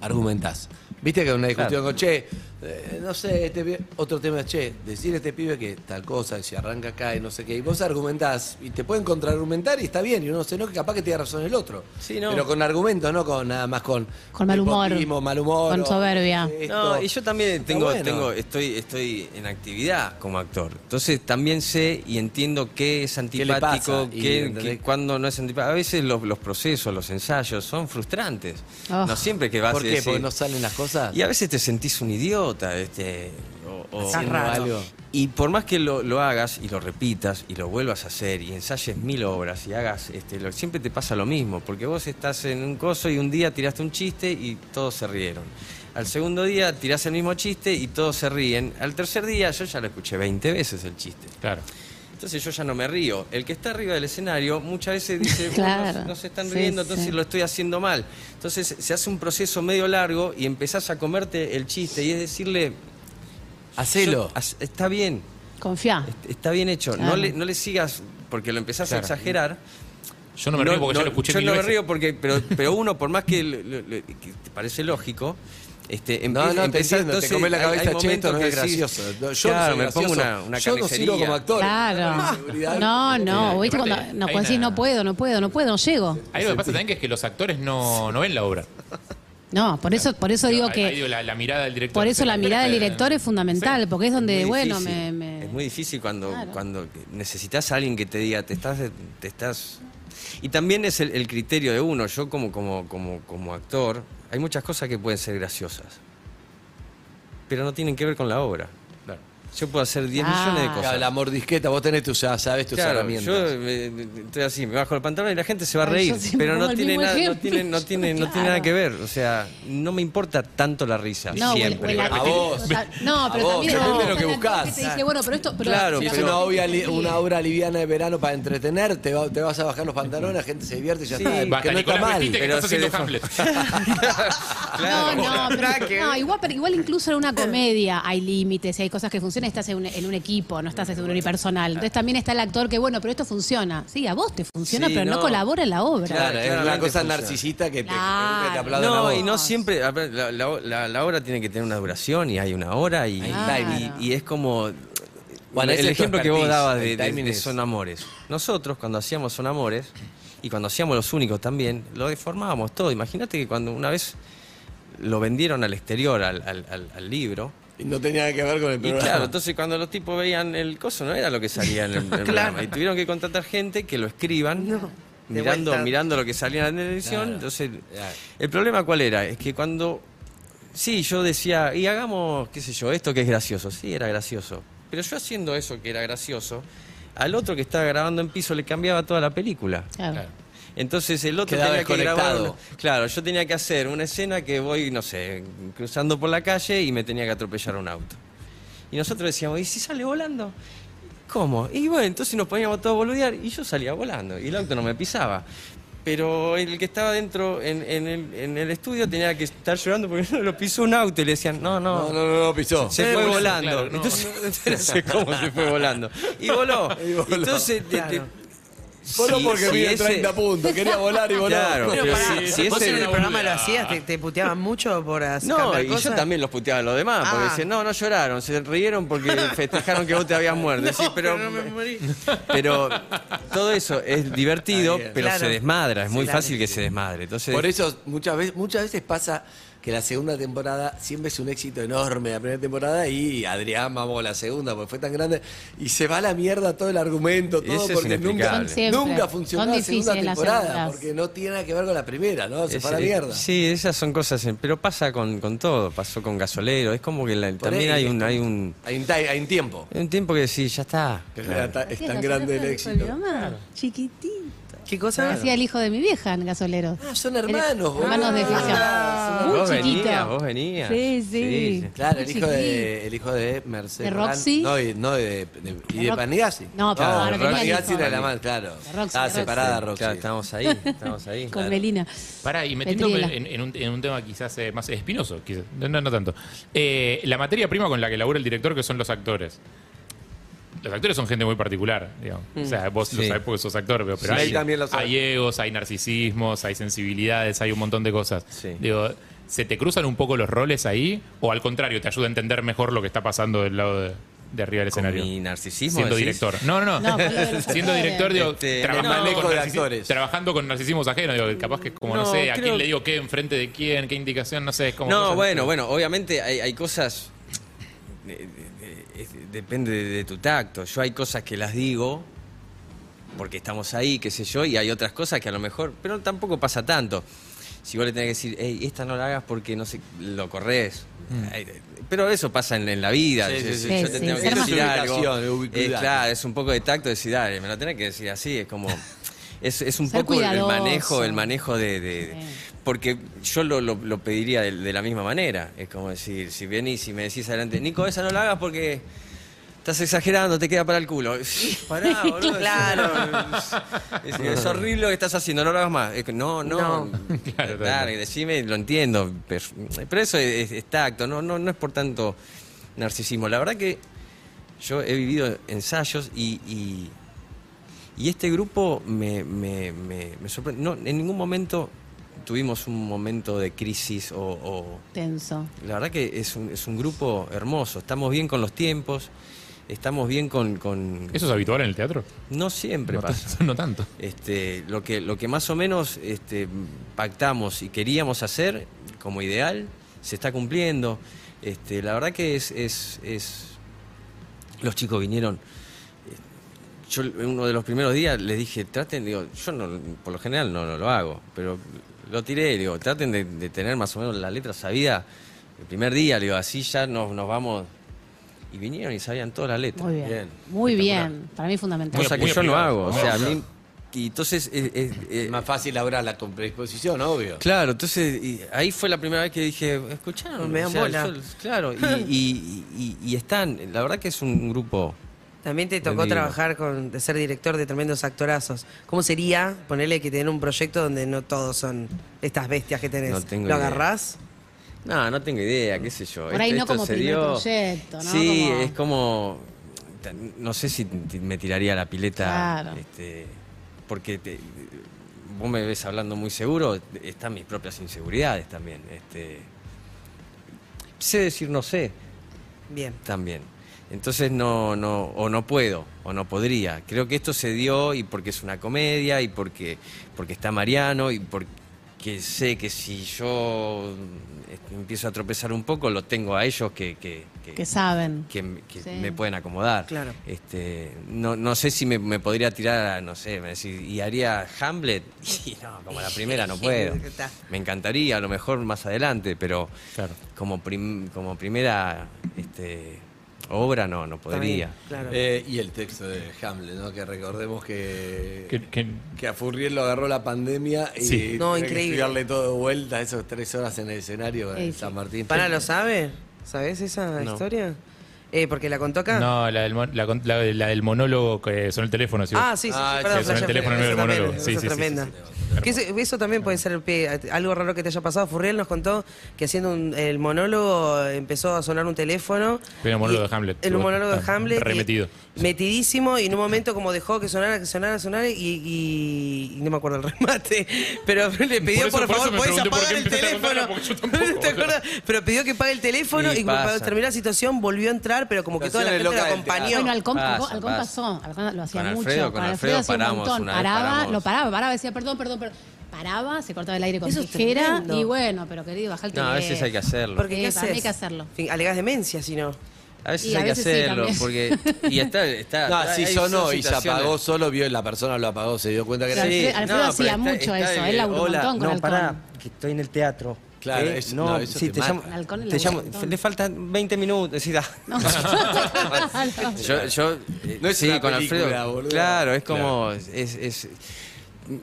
Speaker 2: argumentás. Viste que una discusión
Speaker 6: Claro.
Speaker 2: con, che, eh, no sé, este pibe- otro tema, che, decir a este pibe que tal cosa, que si arranca acá y no sé qué, y vos argumentás, y te pueden contraargumentar y está bien, y uno se no que capaz que tiene razón el otro.
Speaker 6: Sí, no.
Speaker 2: Pero con argumentos, no con nada más con...
Speaker 4: Con mal humor.
Speaker 2: nepotismo, mal humor.
Speaker 4: Con
Speaker 2: o
Speaker 4: soberbia.
Speaker 2: esto.
Speaker 6: No, y yo también
Speaker 2: Está
Speaker 6: tengo,
Speaker 2: bueno.
Speaker 6: tengo, estoy, estoy en actividad como actor. Entonces también sé y entiendo qué es
Speaker 2: le
Speaker 6: antipático,
Speaker 2: pasa? Y,
Speaker 6: qué,
Speaker 2: ¿entendés?
Speaker 6: qué- cuándo no es antipático. A veces los, los procesos, los ensayos son frustrantes.
Speaker 4: Oh.
Speaker 6: No siempre que vas
Speaker 2: ¿Por
Speaker 6: a
Speaker 2: qué?
Speaker 6: decir-
Speaker 2: ¿Porque no salen las cosas?
Speaker 6: Y a veces te sentís un idiota, este, o, o-
Speaker 5: Estás
Speaker 2: Haciendo
Speaker 5: raro.
Speaker 2: algo.
Speaker 6: y por más que lo, lo hagas y lo repitas y lo vuelvas a hacer y ensayes mil obras y hagas, este, lo- siempre te pasa lo mismo, porque vos estás en un coso y un día tiraste un chiste y todos se rieron. Al segundo día tirás el mismo chiste y todos se ríen. Al tercer día yo ya lo escuché 20 veces el chiste.
Speaker 3: Claro.
Speaker 6: Entonces yo ya no me río. El que está arriba del escenario muchas veces dice, "Uy,
Speaker 4: Claro.
Speaker 6: no, no se están
Speaker 4: Sí,
Speaker 6: riendo, entonces
Speaker 4: sí.
Speaker 6: lo estoy haciendo mal. Entonces se hace un proceso medio largo y empezás a comerte el chiste y es decirle,
Speaker 2: Hacelo.
Speaker 6: "Yo- as- está bien,
Speaker 4: Confía.
Speaker 6: est- está bien hecho, no,
Speaker 4: Claro.
Speaker 6: le, no le sigas porque lo empezás
Speaker 3: Claro.
Speaker 6: a exagerar.
Speaker 3: Yo no me río porque
Speaker 6: no,
Speaker 3: ya lo escuché
Speaker 6: Yo
Speaker 3: mil
Speaker 6: no me
Speaker 3: veces.
Speaker 6: río porque, pero, pero uno, por más que, lo- lo- lo- que te parece lógico, este,
Speaker 2: No,
Speaker 6: empie-
Speaker 2: no, te
Speaker 6: empezás-
Speaker 2: entiendo,
Speaker 6: entonces
Speaker 2: te comés la
Speaker 6: hay- hay
Speaker 2: cabeza, che, esto no
Speaker 6: momentos
Speaker 2: es
Speaker 6: que decís,
Speaker 2: gracioso. No, Yo
Speaker 6: claro,
Speaker 2: no soy
Speaker 6: me pongo
Speaker 2: gracioso.
Speaker 6: una, una
Speaker 2: Yo no sirvo
Speaker 6: carnicería.
Speaker 2: como actor. [laughs]
Speaker 4: Claro.
Speaker 2: Inseguridad.
Speaker 4: No, no,
Speaker 3: Aparte,
Speaker 4: viste cuando no,
Speaker 3: hay
Speaker 4: cuando decís
Speaker 3: una-
Speaker 4: no puedo, no puedo, no puedo, no llego.
Speaker 3: Ahí lo que pasa también que es que los actores no, no ven la obra.
Speaker 4: No, por eso, por eso digo
Speaker 3: Ahí- ahí
Speaker 4: que
Speaker 3: digo, la, la mirada del director.
Speaker 4: por eso la mirada del
Speaker 3: Eh,
Speaker 4: director es fundamental, porque es donde,
Speaker 6: muy
Speaker 4: bueno,
Speaker 6: difícil.
Speaker 4: me, me-
Speaker 6: Es muy difícil cuando,
Speaker 4: Claro.
Speaker 6: cuando necesitas a alguien que te diga, te estás... Te estás... Y también es el, el criterio de uno. Yo como, como, como, como actor, hay muchas cosas que pueden ser graciosas, pero no tienen que ver con la obra.
Speaker 3: Claro.
Speaker 6: Yo puedo hacer 10
Speaker 4: Ah.
Speaker 6: millones de
Speaker 2: Claro,
Speaker 6: cosas.
Speaker 2: La mordisqueta, vos tenés tus, ya sabes tus
Speaker 6: Claro,
Speaker 2: herramientas.
Speaker 6: yo me- me- estoy así, me bajo el pantalón y la gente se va a
Speaker 4: Ay,
Speaker 6: reír,
Speaker 4: yo siempre
Speaker 6: pero no
Speaker 4: pongo el
Speaker 6: tiene,
Speaker 4: mismo
Speaker 6: nada, no,
Speaker 4: ejemplo.
Speaker 6: tiene, no, tiene, no tiene nada que ver. O sea, no me importa tanto la risa,
Speaker 4: No, o el-
Speaker 6: siempre.
Speaker 4: o el
Speaker 2: A
Speaker 4: actor.
Speaker 2: vos.
Speaker 4: [laughs] No, pero
Speaker 2: A vos,
Speaker 4: también
Speaker 2: depende de lo
Speaker 4: está
Speaker 2: que
Speaker 4: el actor
Speaker 2: buscás.
Speaker 4: Te dice, bueno, pero esto, pero
Speaker 6: Claro,
Speaker 2: Si es
Speaker 6: pero-
Speaker 2: una, obvia li- una obra liviana de verano para entretener, te, va- te vas a bajar los pantalones, la gente se divierte y ya
Speaker 6: Sí.
Speaker 2: está.
Speaker 3: Basta,
Speaker 2: que no está
Speaker 3: Nicolás,
Speaker 2: mal.
Speaker 3: vestite que
Speaker 6: pero
Speaker 3: estás
Speaker 6: se
Speaker 3: haciendo
Speaker 6: defa-
Speaker 3: Hamlet.
Speaker 6: Claro.
Speaker 4: No, no, pero- no, igual, pero igual incluso en una comedia hay límites y hay cosas que funcionan. Estás en un, en un equipo, no estás en un unipersonal. Entonces también está el actor que, bueno, pero esto funciona. Sí, a vos te funciona,
Speaker 6: Sí,
Speaker 4: pero no.
Speaker 6: no.
Speaker 4: colabora en la obra.
Speaker 6: Claro,
Speaker 2: Claro, es una
Speaker 6: claramente
Speaker 2: cosa
Speaker 6: funciona.
Speaker 2: narcisista que te,
Speaker 4: Claro.
Speaker 2: que te aplauden a
Speaker 6: No,
Speaker 2: vos.
Speaker 6: y no siempre. a ver, La, la- la- la obra tiene que tener una duración y hay una hora
Speaker 2: Hay
Speaker 6: y, y-
Speaker 2: timing.
Speaker 6: y, es como.
Speaker 2: Bueno, ese
Speaker 6: el
Speaker 2: es tu
Speaker 6: ejemplo que vos
Speaker 2: expertise,
Speaker 6: dabas
Speaker 2: el
Speaker 6: de, de-
Speaker 2: timing
Speaker 6: de
Speaker 2: es-
Speaker 6: Son Amores. Nosotros, cuando hacíamos Son Amores y cuando hacíamos Los Únicos también, lo deformábamos todo. Imagínate que cuando una vez lo vendieron al exterior, al, al- al- al libro.
Speaker 2: Y no tenía nada que ver con el
Speaker 6: Y
Speaker 2: programa.
Speaker 6: claro, entonces cuando los tipos veían el coso, no era lo que salía
Speaker 2: [laughs]
Speaker 6: en el, en el programa. Y tuvieron que contratar gente que lo escriban. Mirando,
Speaker 5: vuelta.
Speaker 6: mirando lo que salía en la televisión, entonces
Speaker 2: Claro.
Speaker 6: el problema cuál era, es que cuando sí, yo decía, y hagamos, qué sé yo, esto que es gracioso, sí, era gracioso, pero yo haciendo eso que era gracioso, al otro que estaba grabando en piso le cambiaba toda la película.
Speaker 4: Claro.
Speaker 3: Claro.
Speaker 6: Entonces el otro
Speaker 2: Quedaba
Speaker 6: tenía que grabar.
Speaker 2: desconectado.
Speaker 6: una- claro, yo tenía que hacer una escena que voy, no sé, cruzando por la calle y me tenía que atropellar un auto. Y nosotros decíamos, ¿y si sale volando? ¿Cómo? Y bueno, entonces nos poníamos todos a boludear y yo salía volando y el auto no me pisaba. Pero el que estaba dentro en, en el, en el estudio tenía que estar llorando porque [laughs] no lo pisó un auto y le decían, no, no,
Speaker 2: No, no, no, no, pisó.
Speaker 6: se
Speaker 3: Eh,
Speaker 6: fue
Speaker 3: bueno,
Speaker 6: volando.
Speaker 3: claro, no.
Speaker 6: [laughs] Entonces, no sé cómo se fue volando. Y voló.
Speaker 2: [laughs] voló,
Speaker 6: Entonces, te- te-
Speaker 2: Voló
Speaker 6: sí,
Speaker 2: porque
Speaker 6: sí,
Speaker 2: mide
Speaker 6: ese-
Speaker 2: 30 puntos. Quería volar
Speaker 6: [laughs]
Speaker 2: y voló.
Speaker 6: Claro,
Speaker 2: Pero
Speaker 6: pero
Speaker 2: pará.
Speaker 6: si- si
Speaker 5: ¿Vos
Speaker 6: ese-
Speaker 5: en el programa lo hacías? ¿Te, te puteaban mucho por hacer
Speaker 6: No,
Speaker 5: cambiar
Speaker 6: y yo
Speaker 5: cosas?
Speaker 6: también los puteaba a los demás, porque
Speaker 5: Ah.
Speaker 6: decían, no, no lloraron, se
Speaker 5: [laughs]
Speaker 6: rieron porque festejaron que vos te habías muerto. Sí, pero,
Speaker 5: no me morí.
Speaker 6: pero todo eso es divertido,
Speaker 2: Está bien.
Speaker 6: pero
Speaker 5: Claro.
Speaker 6: se desmadra, es muy
Speaker 5: Claro.
Speaker 6: fácil que se desmadre. Entonces,
Speaker 2: Por eso muchas veces, muchas veces pasa que la segunda temporada siempre es un éxito enorme, la primera temporada, y Adrián vamos a la segunda, porque fue tan grande, y se va a la mierda todo el argumento,
Speaker 6: Y eso
Speaker 2: todo,
Speaker 6: es
Speaker 2: porque nunca,
Speaker 6: inexplicable.
Speaker 4: Son siempre.
Speaker 2: nunca funcionó
Speaker 4: Son
Speaker 2: la segunda
Speaker 4: difíciles las
Speaker 2: temporada,
Speaker 4: segundas.
Speaker 2: porque no tiene nada que ver con la primera, ¿no? Se
Speaker 6: es-
Speaker 2: fue a la
Speaker 6: es-
Speaker 2: mierda.
Speaker 6: Sí, esas son cosas, en- pero pasa con, con todo, pasó con gasolero, es como que la-
Speaker 2: Por
Speaker 6: también
Speaker 2: ahí
Speaker 6: hay un,
Speaker 2: es-
Speaker 6: hay un
Speaker 2: Hay un, ti- hay un tiempo.
Speaker 6: hay un tiempo que decís, ya está.
Speaker 2: que era ta- es tan grande el éxito.
Speaker 4: Chiquitín.
Speaker 5: ¿Qué
Speaker 4: Me
Speaker 5: cosa?
Speaker 4: Ah, Decía el hijo de mi vieja en gasolero.
Speaker 2: Ah, son hermanos, boludo.
Speaker 4: Hermanos de ficción.
Speaker 2: Ah,
Speaker 4: Muy
Speaker 6: vos
Speaker 4: chiquito.
Speaker 6: venías, vos venías.
Speaker 4: Sí, sí.
Speaker 6: Sí, sí.
Speaker 2: Claro, el
Speaker 4: Muy
Speaker 2: hijo,
Speaker 4: chiquito.
Speaker 2: de, el hijo de Mercedes.
Speaker 4: De
Speaker 2: Morán.
Speaker 4: Roxy.
Speaker 2: No, y, no de, de- y de
Speaker 4: Rox-
Speaker 2: Panigasi.
Speaker 4: No, pero
Speaker 6: no, no tenía
Speaker 2: Panigasi
Speaker 6: hijo.
Speaker 2: era la más, claro.
Speaker 4: De Roxy,
Speaker 2: ah,
Speaker 4: de Roxy.
Speaker 2: separada Roxy.
Speaker 6: Claro, estábamos ahí, estábamos ahí.
Speaker 4: Con Melina.
Speaker 3: Pará, y metiéndome
Speaker 4: Petrila.
Speaker 3: en, en un, en un tema quizás eh, más espinoso, quizás. No, no, no tanto. Eh, la materia prima con la que labura el director, que son los actores. Los actores son gente muy particular, digamos. O sea, vos lo
Speaker 6: Sí.
Speaker 3: sabés porque sos actor, pero, pero
Speaker 2: Sí,
Speaker 3: hay,
Speaker 2: también lo sabe.
Speaker 3: hay egos, hay narcisismos, hay sensibilidades, hay un montón de cosas.
Speaker 6: Sí.
Speaker 3: Digo, ¿se te cruzan un poco los roles ahí? ¿O al contrario, te ayuda a entender mejor lo que está pasando del lado de, de arriba del
Speaker 6: Con
Speaker 3: escenario?
Speaker 6: mi narcisismo.
Speaker 3: Siendo
Speaker 6: decís?
Speaker 3: director. No, no,
Speaker 4: No,
Speaker 3: no. [laughs]
Speaker 4: porque no se
Speaker 3: Siendo
Speaker 4: puede.
Speaker 3: director, digo,
Speaker 6: Este,
Speaker 3: trabajando,
Speaker 2: no.
Speaker 3: con
Speaker 2: de
Speaker 3: narcisi-
Speaker 2: actores.
Speaker 3: trabajando con narcisismos ajenos, digo, capaz que es como, no,
Speaker 6: No,
Speaker 3: sé, a
Speaker 6: creo-
Speaker 3: quién le digo qué, enfrente de quién, qué indicación, no sé, es como...
Speaker 6: No,
Speaker 3: cosas-
Speaker 6: bueno, bueno, obviamente hay, hay cosas. de- de- de- es- depende de, de tu tacto. Yo hay cosas que las digo porque estamos ahí, qué sé yo, y hay otras cosas que a lo mejor. Pero tampoco pasa tanto. Si vos le tenés que decir, hey, esta no la hagas porque no sé, lo corres.
Speaker 3: Mm.
Speaker 6: Ay, de- Pero eso pasa en, en la vida.
Speaker 2: Sí,
Speaker 6: Es-
Speaker 2: sí,
Speaker 6: es-
Speaker 2: sí,
Speaker 6: yo
Speaker 4: sí,
Speaker 6: te
Speaker 4: sí,
Speaker 6: tengo
Speaker 4: sí.
Speaker 6: que
Speaker 4: Es
Speaker 6: decir
Speaker 2: una
Speaker 6: algo.
Speaker 2: ubicación, de
Speaker 6: Eh,
Speaker 2: ubicuidad.
Speaker 6: claro, es un poco de tacto decir, dale, me lo tenés que decir así. Es como. Es, es un
Speaker 4: Ser
Speaker 6: poco el- el manejo,
Speaker 4: cuidadoso.
Speaker 6: el manejo de, de- de-
Speaker 4: Sí.
Speaker 6: porque yo lo, lo- lo pediría de, de la misma manera. Es como decir, si venís y me decís adelante, Nico, esa no la hagas porque estás exagerando, te queda para el culo. [laughs] Pará, boludo.
Speaker 5: Claro.
Speaker 6: Es, es horrible lo que estás haciendo, no lo hagas más. Es que, no, no.
Speaker 5: No.
Speaker 3: [laughs] Claro,
Speaker 6: Dale,
Speaker 3: tal.
Speaker 6: decime, lo entiendo. Pero, pero eso es, es tacto, no, no, no es por tanto narcisismo. La verdad que yo he vivido ensayos y, y, y este grupo me, me, sorprende. No, en ningún momento tuvimos un momento de crisis o- o
Speaker 4: Tenso.
Speaker 6: la verdad que es un, es un grupo hermoso. Estamos bien con los tiempos, estamos bien con. con-
Speaker 3: ¿Eso es habitual en el teatro?
Speaker 6: No siempre
Speaker 3: No,
Speaker 6: pasa.
Speaker 3: tanto- [laughs] no tanto.
Speaker 6: Este, lo, que, lo que más o menos este, pactamos y queríamos hacer como ideal se está cumpliendo. Este, la verdad que es, es, es- Los chicos vinieron. eh, Yo en uno de los primeros días les dije, traten, digo, yo no, por lo general no, no lo hago, pero lo tiré, digo, traten de, de tener más o menos la letra sabida el primer día, digo, así ya nos, nos vamos. Y vinieron y sabían toda la letra.
Speaker 4: Muy bien.
Speaker 2: Bien.
Speaker 4: Muy bien. Para mí es fundamental.
Speaker 3: Muy
Speaker 6: Cosa que
Speaker 3: muy
Speaker 6: yo no
Speaker 3: aplicado.
Speaker 6: hago. O
Speaker 3: Muy
Speaker 6: sea, a
Speaker 3: aplicado.
Speaker 6: mí. Y entonces. eh, eh, eh,
Speaker 2: Es más fácil ahora la predisposición, obvio.
Speaker 6: Claro, entonces y ahí fue la primera vez que dije, escucharon,
Speaker 5: Me dan bola. [laughs]
Speaker 6: claro, y, y- y- y están, la verdad que es un grupo.
Speaker 5: También te tocó
Speaker 6: Entendido.
Speaker 5: trabajar con, de ser director de tremendos actorazos. ¿Cómo sería ponerle que tener un proyecto donde no todos son estas bestias que tenés?
Speaker 6: No tengo
Speaker 5: ¿Lo
Speaker 6: idea.
Speaker 5: agarrás?
Speaker 6: No, no tengo idea, qué sé yo.
Speaker 4: Por ahí
Speaker 6: Esto-
Speaker 4: no
Speaker 6: esto
Speaker 4: como
Speaker 6: se
Speaker 4: primer
Speaker 6: dio-
Speaker 4: proyecto, ¿no?
Speaker 6: Sí,
Speaker 4: Como-
Speaker 6: es como, no sé si t- me tiraría a la pileta,
Speaker 4: Claro.
Speaker 6: este, porque te- vos me ves hablando muy seguro, están mis propias inseguridades también. Este, sé decir no sé,
Speaker 5: Bien.
Speaker 6: también. Entonces no, no, o no puedo, o no podría. Creo que esto se dio y porque es una comedia, y porque, porque está Mariano, y porque sé que si yo este, empiezo a tropezar un poco, lo tengo a ellos que, que, que-
Speaker 4: Que saben.
Speaker 6: que m- que
Speaker 4: Sí.
Speaker 6: me pueden acomodar.
Speaker 5: Claro.
Speaker 6: Este, no, no sé si me, me podría tirar a, no sé, me decís, y haría Hamlet, [laughs] y no, como la
Speaker 5: [laughs]
Speaker 6: primera no puedo.
Speaker 5: Está.
Speaker 6: Me encantaría, a lo mejor más adelante, pero
Speaker 3: Claro.
Speaker 6: como, prim- como primera este, obra no, no
Speaker 5: Está
Speaker 6: podría.
Speaker 5: bien, Claro.
Speaker 2: Eh, y el texto de Hamlet, ¿no? Que recordemos que,
Speaker 3: Que- que-
Speaker 2: que a Furriel lo agarró la pandemia y
Speaker 3: Sí.
Speaker 5: No,
Speaker 2: tenía que
Speaker 5: increíble.
Speaker 2: estudiarle todo de vuelta esas tres horas en el escenario
Speaker 4: Sí,
Speaker 2: en
Speaker 4: sí.
Speaker 2: San Martín.
Speaker 5: ¿Para
Speaker 6: eh,
Speaker 5: lo sabe? ¿Sabés esa historia? Eh, porque la contó
Speaker 6: Ah.
Speaker 5: acá.
Speaker 3: No, la del, mon- la, con- la- la del monólogo que son el teléfono, ¿sí?
Speaker 5: Ah, sí, sí, sí,
Speaker 2: Ah,
Speaker 5: perdón,
Speaker 3: sí, sonó el
Speaker 5: flashé,
Speaker 3: teléfono en
Speaker 5: eso
Speaker 3: el
Speaker 5: también,
Speaker 3: monólogo.
Speaker 5: eso
Speaker 3: Sí,
Speaker 5: es
Speaker 3: sí, sí,
Speaker 5: tremenda.
Speaker 3: sí,
Speaker 5: Que eso, eso también puede ser pe- algo raro que te haya pasado. Furriel nos contó que haciendo un- el monólogo empezó a sonar un teléfono.
Speaker 3: Era un monólogo de Hamlet.
Speaker 5: El monólogo de
Speaker 3: Está
Speaker 5: Hamlet. y-
Speaker 3: remetido.
Speaker 5: Metidísimo y en un momento como dejó que sonara, que sonara, sonara y, y- y no me acuerdo el remate. [laughs] Pero le pidió
Speaker 3: Por eso-
Speaker 5: por,
Speaker 3: por eso
Speaker 5: favor,
Speaker 3: me
Speaker 5: podés
Speaker 3: pregunté por
Speaker 5: apagar
Speaker 3: qué
Speaker 5: el
Speaker 3: empezaste a
Speaker 5: teléfono.
Speaker 3: contarla, porque yo tampoco.
Speaker 5: [laughs] ¿Te acuerdas? Pero pidió que pague el teléfono
Speaker 6: Sí,
Speaker 5: y como cuando
Speaker 6: pasa.
Speaker 5: terminó la situación volvió a entrar, pero como que toda la
Speaker 2: Situaciones
Speaker 5: gente lo
Speaker 2: locas del
Speaker 5: acompañó.
Speaker 4: Bueno, Alcón,
Speaker 6: Pasa,
Speaker 4: Alcón- Alcón
Speaker 6: pasa.
Speaker 4: pasó, Alcón lo hacía
Speaker 6: Con
Speaker 4: mucho.
Speaker 6: Alfredo, con Alfredo
Speaker 4: hacía un
Speaker 6: paramos
Speaker 4: montón.
Speaker 6: una vez,
Speaker 4: paraba,
Speaker 6: paramos.
Speaker 4: lo paraba, paraba, decía perdón, perdón, perdón. Paraba, se cortaba el aire con
Speaker 5: Eso es
Speaker 4: tijera
Speaker 5: tremendo.
Speaker 4: y bueno, pero querido, baja el
Speaker 6: No, a veces hay que hacerlo.
Speaker 5: Porque
Speaker 4: Sí,
Speaker 5: ¿qué
Speaker 4: para mí hay
Speaker 5: haces?
Speaker 4: que
Speaker 6: [laughs]
Speaker 4: hacerlo.
Speaker 5: Fin- Alegás demencia, si no.
Speaker 6: a veces
Speaker 4: y a
Speaker 6: hay que
Speaker 4: veces sí,
Speaker 6: hacerlo,
Speaker 4: también.
Speaker 6: porque... Y está, [laughs] está,
Speaker 2: No,
Speaker 6: está-
Speaker 2: sí
Speaker 6: hay-
Speaker 2: sonó
Speaker 6: son
Speaker 2: y se
Speaker 6: situaciones-
Speaker 2: apagó solo, vio la persona lo apagó, se dio cuenta que era
Speaker 4: Sí.
Speaker 2: así.
Speaker 4: Alfredo hacía
Speaker 6: pero
Speaker 4: mucho eso,
Speaker 6: de-
Speaker 4: él laburó un
Speaker 6: hola,
Speaker 4: montón con
Speaker 6: No,
Speaker 4: Halcón.
Speaker 6: pará, que estoy en el teatro.
Speaker 2: Claro,
Speaker 6: Eh,
Speaker 2: eso-
Speaker 6: no,
Speaker 2: no, eso
Speaker 6: sí,
Speaker 2: te
Speaker 6: te,
Speaker 2: mata.
Speaker 6: llamo,
Speaker 4: Halcón
Speaker 6: te
Speaker 4: laburó
Speaker 6: llamo-
Speaker 4: un montón.
Speaker 6: le faltan 20 minutos, sí, da.
Speaker 4: No.
Speaker 6: Yo, yo, eh,
Speaker 2: No es
Speaker 6: sí,
Speaker 2: una
Speaker 6: con
Speaker 2: película,
Speaker 6: Alfredo.
Speaker 2: boludo.
Speaker 6: Claro, es como. Es, es- mm,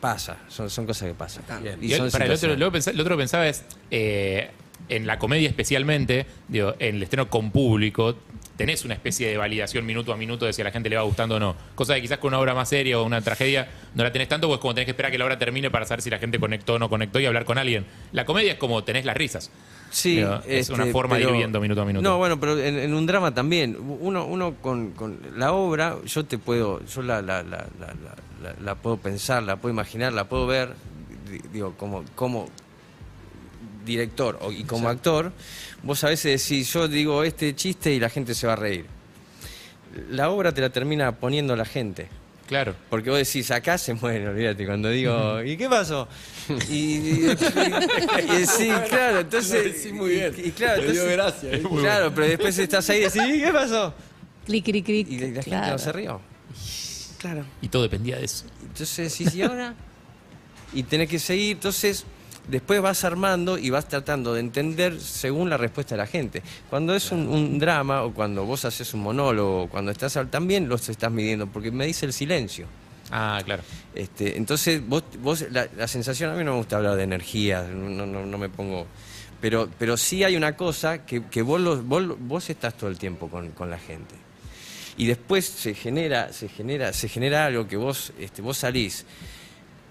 Speaker 6: pasa, son, son cosas que pasan.
Speaker 3: Y el-
Speaker 6: son
Speaker 3: para el otro,
Speaker 6: situaciones.
Speaker 3: lo, pens- lo otro que pensaba es, eh, en la comedia especialmente, digo, en el estreno con público, tenés una especie de validación minuto a minuto de si a la gente le va gustando o no. Cosa que quizás con una obra más seria o una tragedia no la tenés tanto, pues como tenés que esperar a que la obra termine para saber si la gente conectó o no conectó y hablar con alguien. La comedia es como tenés las risas.
Speaker 6: Sí, este,
Speaker 3: Digo, es una forma de ir viendo minuto a minuto.
Speaker 6: No, bueno, pero en, en un drama también. Uno, uno con, con la obra, yo te puedo, yo la, la, la, la, la- la- la puedo pensar, la puedo imaginar, la puedo ver. Di- Digo, cómo, cómo, director o- y como actor, vos a veces decís, yo digo este chiste y la gente se va a reír. La obra te la termina poniendo la gente.
Speaker 3: Claro.
Speaker 6: Porque vos decís, acá se mueren, olvídate, cuando digo, ¿y qué pasó? Y, y- y- y sí, claro, entonces.
Speaker 2: Sí, muy bien.
Speaker 6: Y, y claro,
Speaker 2: Le dio
Speaker 6: entonces-
Speaker 2: gracia, ¿eh?
Speaker 6: Claro, pero después estás ahí y decís, ¿y qué pasó?
Speaker 4: [laughs] Clic, clic, clic.
Speaker 6: Y la, la gente
Speaker 4: Claro.
Speaker 6: no se rió.
Speaker 5: Claro.
Speaker 3: Y todo dependía de eso.
Speaker 6: Entonces decís, ¿y ahora? Y tenés que seguir, entonces. Después vas armando y vas tratando de entender según la respuesta de la gente. Cuando es un, un drama o cuando vos haces un monólogo, o cuando estás al- también los estás midiendo, porque me dice el silencio.
Speaker 3: Ah, claro.
Speaker 6: Este, entonces, vos, vos la, la sensación, a mí no me gusta hablar de energía, no, no, no me pongo... Pero, pero sí hay una cosa que, que vos, los- vos, lo- vos estás todo el tiempo con, con la gente. Y después se genera, se genera, se genera algo que vos, este, vos salís,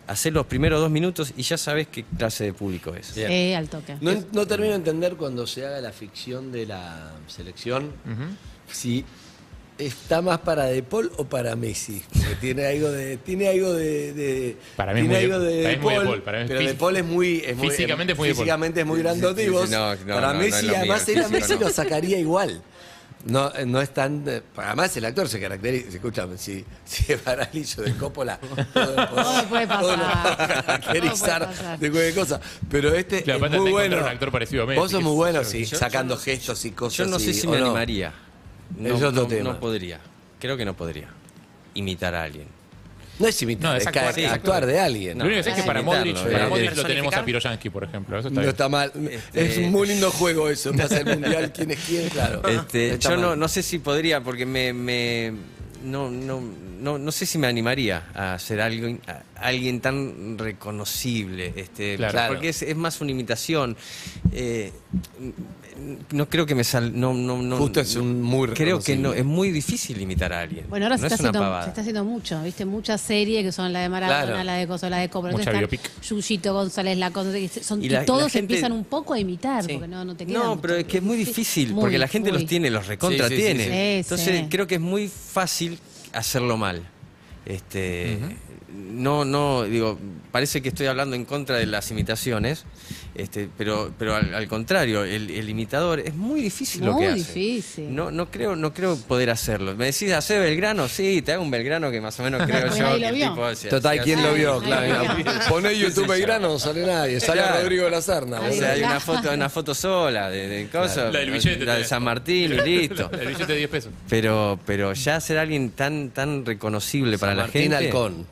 Speaker 6: hacés los primeros dos minutos y ya sabés qué clase de público es.
Speaker 2: Bien.
Speaker 4: Eh, al toque.
Speaker 2: No, no termino de entender cuando se haga la ficción de la selección si está más para De Paul o para Messi. Porque tiene algo de. Tiene algo de. de-
Speaker 3: Para mí es
Speaker 2: tiene
Speaker 3: muy de-
Speaker 2: algo
Speaker 3: para mí es muy De Paul, para mí es
Speaker 2: pero
Speaker 3: fí-
Speaker 2: De Paul es muy. es muy-
Speaker 3: Físicamente es muy De Paul.
Speaker 2: Físicamente es muy grandote y
Speaker 6: sí,
Speaker 2: vos-
Speaker 6: no, no,
Speaker 2: para
Speaker 6: no, no es
Speaker 2: Messi,
Speaker 6: lo mío,
Speaker 2: además él a
Speaker 6: físico
Speaker 2: Messi
Speaker 6: no.
Speaker 2: lo sacaría igual. No, no es tan. de- Además, el actor se caracteriza. Escúchame, si, si es paralizo de Coppola. Todo,
Speaker 3: [laughs]
Speaker 4: Todo puede
Speaker 2: todo lo va a
Speaker 4: pasar.
Speaker 2: caracterizar
Speaker 4: Todo puede pasar.
Speaker 2: de cualquier cosa. Pero este
Speaker 3: Claro,
Speaker 2: es
Speaker 3: aparte
Speaker 2: muy
Speaker 3: tenés que
Speaker 2: bueno.
Speaker 3: encontrar un actor parecido a Messi,
Speaker 2: Vos sos
Speaker 3: que
Speaker 2: muy
Speaker 3: es-
Speaker 2: bueno, sí,
Speaker 6: yo-
Speaker 2: sacando gestos y cosas.
Speaker 6: Yo no sé
Speaker 2: y-
Speaker 6: si
Speaker 2: ¿o
Speaker 6: me
Speaker 2: no?
Speaker 6: animaría. No,
Speaker 2: Es otro
Speaker 6: no-
Speaker 2: tema.
Speaker 6: no podría. Creo que no podría imitar a alguien.
Speaker 2: No es imitar,
Speaker 3: No, es
Speaker 2: es,
Speaker 3: actuar,
Speaker 2: ca-
Speaker 3: sí,
Speaker 2: actuar,
Speaker 3: actuar.
Speaker 2: de alguien.
Speaker 3: Lo único que sé es que para
Speaker 6: Imitarlo,
Speaker 3: Modric,
Speaker 6: eh,
Speaker 3: para
Speaker 6: eh,
Speaker 3: Modric lo
Speaker 5: personificar.
Speaker 3: tenemos a Piroyansky, por ejemplo. Eso está
Speaker 2: No
Speaker 3: bien.
Speaker 2: está mal. Es
Speaker 6: Eh,
Speaker 2: un muy lindo juego eso. Pasa el mundial, quién es quién, claro.
Speaker 6: [laughs] Este,
Speaker 2: Está
Speaker 6: yo no,
Speaker 2: mal.
Speaker 6: no sé si podría, porque me, me- no, no, no, no sé si me animaría a ser alguien, a- alguien tan reconocible, este,
Speaker 3: Claro.
Speaker 6: porque- porque es, es más una imitación. Eh, no creo que me sal, no, no, no-
Speaker 2: Justo es un muy
Speaker 6: creo que no,
Speaker 2: reconocible.
Speaker 6: es muy difícil imitar a alguien.
Speaker 4: Bueno, ahora
Speaker 6: no
Speaker 4: se, está
Speaker 6: es una
Speaker 4: haciendo,
Speaker 6: pavada.
Speaker 4: se está haciendo mucho, ¿viste? Muchas series que son la de Maradona,
Speaker 2: Claro.
Speaker 4: la de Coso, la de Cobra.
Speaker 3: Mucha
Speaker 4: Entonces
Speaker 3: biopic.
Speaker 4: están Yuyito González, la cosa. que Son,
Speaker 6: Y
Speaker 4: y,
Speaker 6: la- la
Speaker 4: todos
Speaker 6: gente-
Speaker 4: empiezan un poco a imitar,
Speaker 6: Sí.
Speaker 4: porque no, no te queda
Speaker 6: No,
Speaker 4: mucho.
Speaker 6: pero es que es muy difícil,
Speaker 4: Muy,
Speaker 6: porque la gente
Speaker 4: muy.
Speaker 6: los tiene, los recontra
Speaker 2: Sí, sí, sí,
Speaker 6: tiene.
Speaker 2: sí.
Speaker 4: Sí,
Speaker 6: Entonces
Speaker 4: sí.
Speaker 6: creo que es muy fácil hacerlo mal. Este, No, no, digo, parece que estoy hablando en contra de las imitaciones, este, pero, pero al, al contrario, el, el imitador es muy difícil lo
Speaker 4: Muy
Speaker 6: que hace.
Speaker 4: difícil.
Speaker 6: No, no creo, no creo poder hacerlo. Me decís, hacer Belgrano, sí, te hago un Belgrano que más o menos creo
Speaker 4: Porque
Speaker 6: yo
Speaker 4: nadie
Speaker 6: que
Speaker 4: lo
Speaker 6: el
Speaker 4: vio.
Speaker 6: tipo hace-
Speaker 2: Total,
Speaker 6: hace-
Speaker 2: ¿quién lo vio?
Speaker 4: Ay,
Speaker 2: Claro,
Speaker 4: ay,
Speaker 2: mira. Poné YouTube y grano, no sale nadie. Sale
Speaker 6: Claro.
Speaker 2: Rodrigo de la Serna.
Speaker 6: O
Speaker 4: Ahí
Speaker 6: sea, hay
Speaker 4: está.
Speaker 6: una foto, una foto sola de, de cosas,
Speaker 3: La del billete,
Speaker 6: la de
Speaker 3: tenés. [laughs]
Speaker 6: San Martín y listo.
Speaker 3: El billete de 10 pesos.
Speaker 6: Pero, pero ya ser alguien tan, tan reconocible para la
Speaker 2: Martín
Speaker 6: gente.
Speaker 2: Halcón.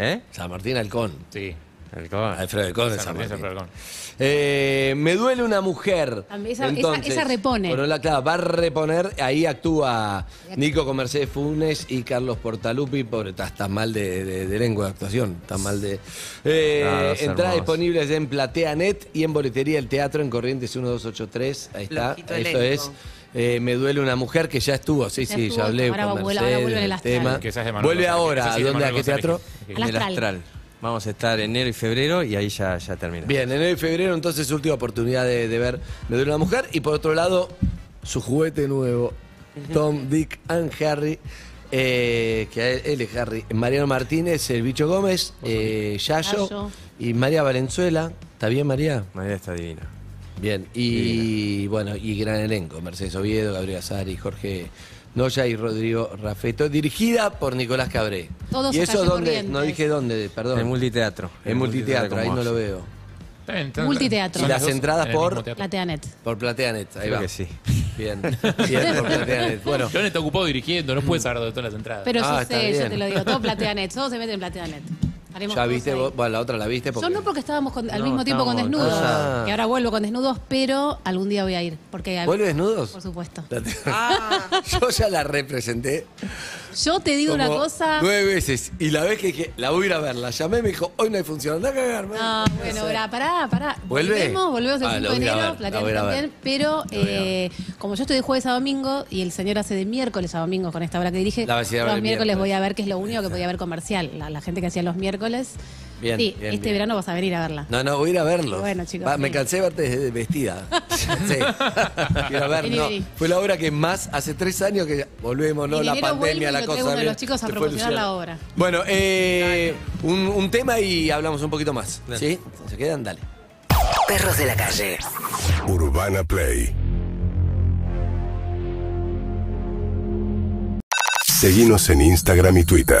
Speaker 6: ¿Eh?
Speaker 2: San Martín Halcón.
Speaker 3: Sí.
Speaker 6: Halcón.
Speaker 2: Alfredo Halcón de San
Speaker 3: Martín,
Speaker 2: Martín.
Speaker 3: San Martín.
Speaker 2: Eh, me duele una mujer.
Speaker 4: Ah, esa- esa-
Speaker 2: Entonces,
Speaker 4: esa repone.
Speaker 2: por un lado, claro, va a reponer. Ahí actúa Nico con Mercedes Funes y Carlos Portalupi. Pobre, estás, estás mal de, de- de lengua de actuación. Estás mal de. Eh,
Speaker 6: Ah, dos
Speaker 2: entradas
Speaker 6: hermosos.
Speaker 2: disponibles en PlateaNet y en Boletería del Teatro en Corrientes 1283. Ahí está.
Speaker 5: Lojito
Speaker 2: Eso es.
Speaker 5: elenco.
Speaker 2: eh, me duele una mujer que ya estuvo. Sí,
Speaker 4: Ya
Speaker 2: sí,
Speaker 4: estuvo,
Speaker 2: ya hablé.
Speaker 4: ahora
Speaker 2: con
Speaker 4: vuelve-
Speaker 2: Mercedes
Speaker 4: ahora vuelve
Speaker 2: del
Speaker 4: el astral.
Speaker 2: tema.
Speaker 3: [laughs] Que esa es de Manuel
Speaker 2: Vuelve
Speaker 3: González.
Speaker 2: ahora.
Speaker 3: Esa
Speaker 2: ¿A
Speaker 3: sí es de
Speaker 2: dónde? ¿A qué
Speaker 3: Manuel
Speaker 2: teatro?
Speaker 3: González.
Speaker 4: Al
Speaker 6: En el
Speaker 4: Astral.
Speaker 6: astral. Vamos a estar enero y febrero y ahí ya, ya termina.
Speaker 2: Bien, enero y febrero, entonces, última oportunidad de, de ver Me duele una mujer. Y por otro lado, su juguete nuevo, Tom, Dick and Harry. eh, que a él, él es Harry. Mariano Martínez, el bicho Gómez, eh, Yayo,
Speaker 4: Yayo.
Speaker 2: y María Valenzuela. ¿Está bien, María?
Speaker 6: María está divina.
Speaker 2: Bien. Y bueno, y gran elenco: Mercedes Oviedo, Gabriel Azari, Jorge Noya y Rodrigo Rafeto. Dirigida por Nicolás Cabré.
Speaker 4: Todos
Speaker 2: y
Speaker 4: a
Speaker 2: eso
Speaker 4: calle
Speaker 2: dónde, no
Speaker 4: Corrientes.
Speaker 2: dije dónde, perdón.
Speaker 6: En multiteatro.
Speaker 2: En multiteatro, ahí
Speaker 6: como
Speaker 2: no lo
Speaker 6: hace.
Speaker 2: veo.
Speaker 3: Está bien, está-
Speaker 4: Multiteatro.
Speaker 3: son
Speaker 4: Y
Speaker 2: las
Speaker 3: dos
Speaker 2: entradas
Speaker 3: en el
Speaker 2: por-
Speaker 3: mismo teatro.
Speaker 4: Plateanet.
Speaker 2: Por Plateanet, ahí
Speaker 6: Creo
Speaker 2: va.
Speaker 6: que sí.
Speaker 2: Bien, bien, por Plateanet.
Speaker 4: [laughs]
Speaker 2: Bueno,
Speaker 3: León está ocupado dirigiendo, no puede saber de todas las entradas.
Speaker 4: Pero
Speaker 2: Ah,
Speaker 4: yo
Speaker 2: está
Speaker 4: sé,
Speaker 2: bien.
Speaker 4: yo te lo
Speaker 2: [laughs]
Speaker 4: digo. Todo Plateanet. Todos se meten en Plateanet. Haremos
Speaker 2: ya
Speaker 4: todos
Speaker 2: viste,
Speaker 4: ahí.
Speaker 2: vos, bueno, la otra la viste porque...
Speaker 4: Yo no porque estábamos con- al
Speaker 6: No,
Speaker 4: mismo tiempo con
Speaker 6: estábamos
Speaker 4: desnudos.
Speaker 2: cruzados.
Speaker 4: Que ahora vuelvo con desnudos, pero algún día voy a ir. Porque
Speaker 2: ¿Vuelve desnudos?
Speaker 4: Por supuesto.
Speaker 2: [laughs] Yo ya la representé.
Speaker 4: Yo te digo una
Speaker 2: como
Speaker 4: cosa.
Speaker 2: Nueve veces. Y la vez que dije, la voy a ir a ver, la llamé y me dijo, hoy no hay función, anda a cagar,
Speaker 4: No,
Speaker 2: madre".
Speaker 4: Ah, bueno, pará, pará, pará.
Speaker 2: ¿Vuelve?
Speaker 4: Volvemos, volvemos el
Speaker 2: Ah, la
Speaker 4: 5 de
Speaker 2: voy a ir a ver,
Speaker 4: enero,
Speaker 2: la voy a
Speaker 4: Plateanet
Speaker 2: ir a ver.
Speaker 4: también, pero
Speaker 2: La voy a ir a
Speaker 4: eh, como yo estoy de jueves a domingo y el señor hace de miércoles a domingo con esta obra que dirige,
Speaker 2: La vas a ir a ver
Speaker 4: los
Speaker 2: el
Speaker 4: miércoles
Speaker 2: miércoles.
Speaker 4: voy a ver que es lo único que podía ver comercial, la, la gente que hacía los miércoles.
Speaker 2: Bien,
Speaker 4: sí,
Speaker 2: bien,
Speaker 4: este
Speaker 2: bien.
Speaker 4: verano vas a venir a verla.
Speaker 2: No, no, voy a ir a verlo.
Speaker 4: Bueno, chicos,
Speaker 2: Va, me
Speaker 4: sí.
Speaker 2: cansé de verte desde vestida.
Speaker 4: [laughs]
Speaker 2: sí. Quiero ver,
Speaker 4: Vení,
Speaker 2: no.
Speaker 4: vení.
Speaker 2: Fue la obra que más, hace tres años que volvemos, ¿no?
Speaker 4: En
Speaker 2: La
Speaker 4: enero vuelvo
Speaker 2: pandemia,
Speaker 4: y
Speaker 2: la
Speaker 4: lo
Speaker 2: cosa.
Speaker 4: traigo uno de
Speaker 2: bien.
Speaker 4: los chicos a
Speaker 2: Se fue
Speaker 4: promocionar
Speaker 2: Luciana.
Speaker 4: la obra.
Speaker 2: Bueno, eh, un, un tema y hablamos un poquito más. ¿Sí? ¿Se quedan? Dale.
Speaker 7: perros de la calle.
Speaker 8: Urbana Play. Seguimos en Instagram y Twitter.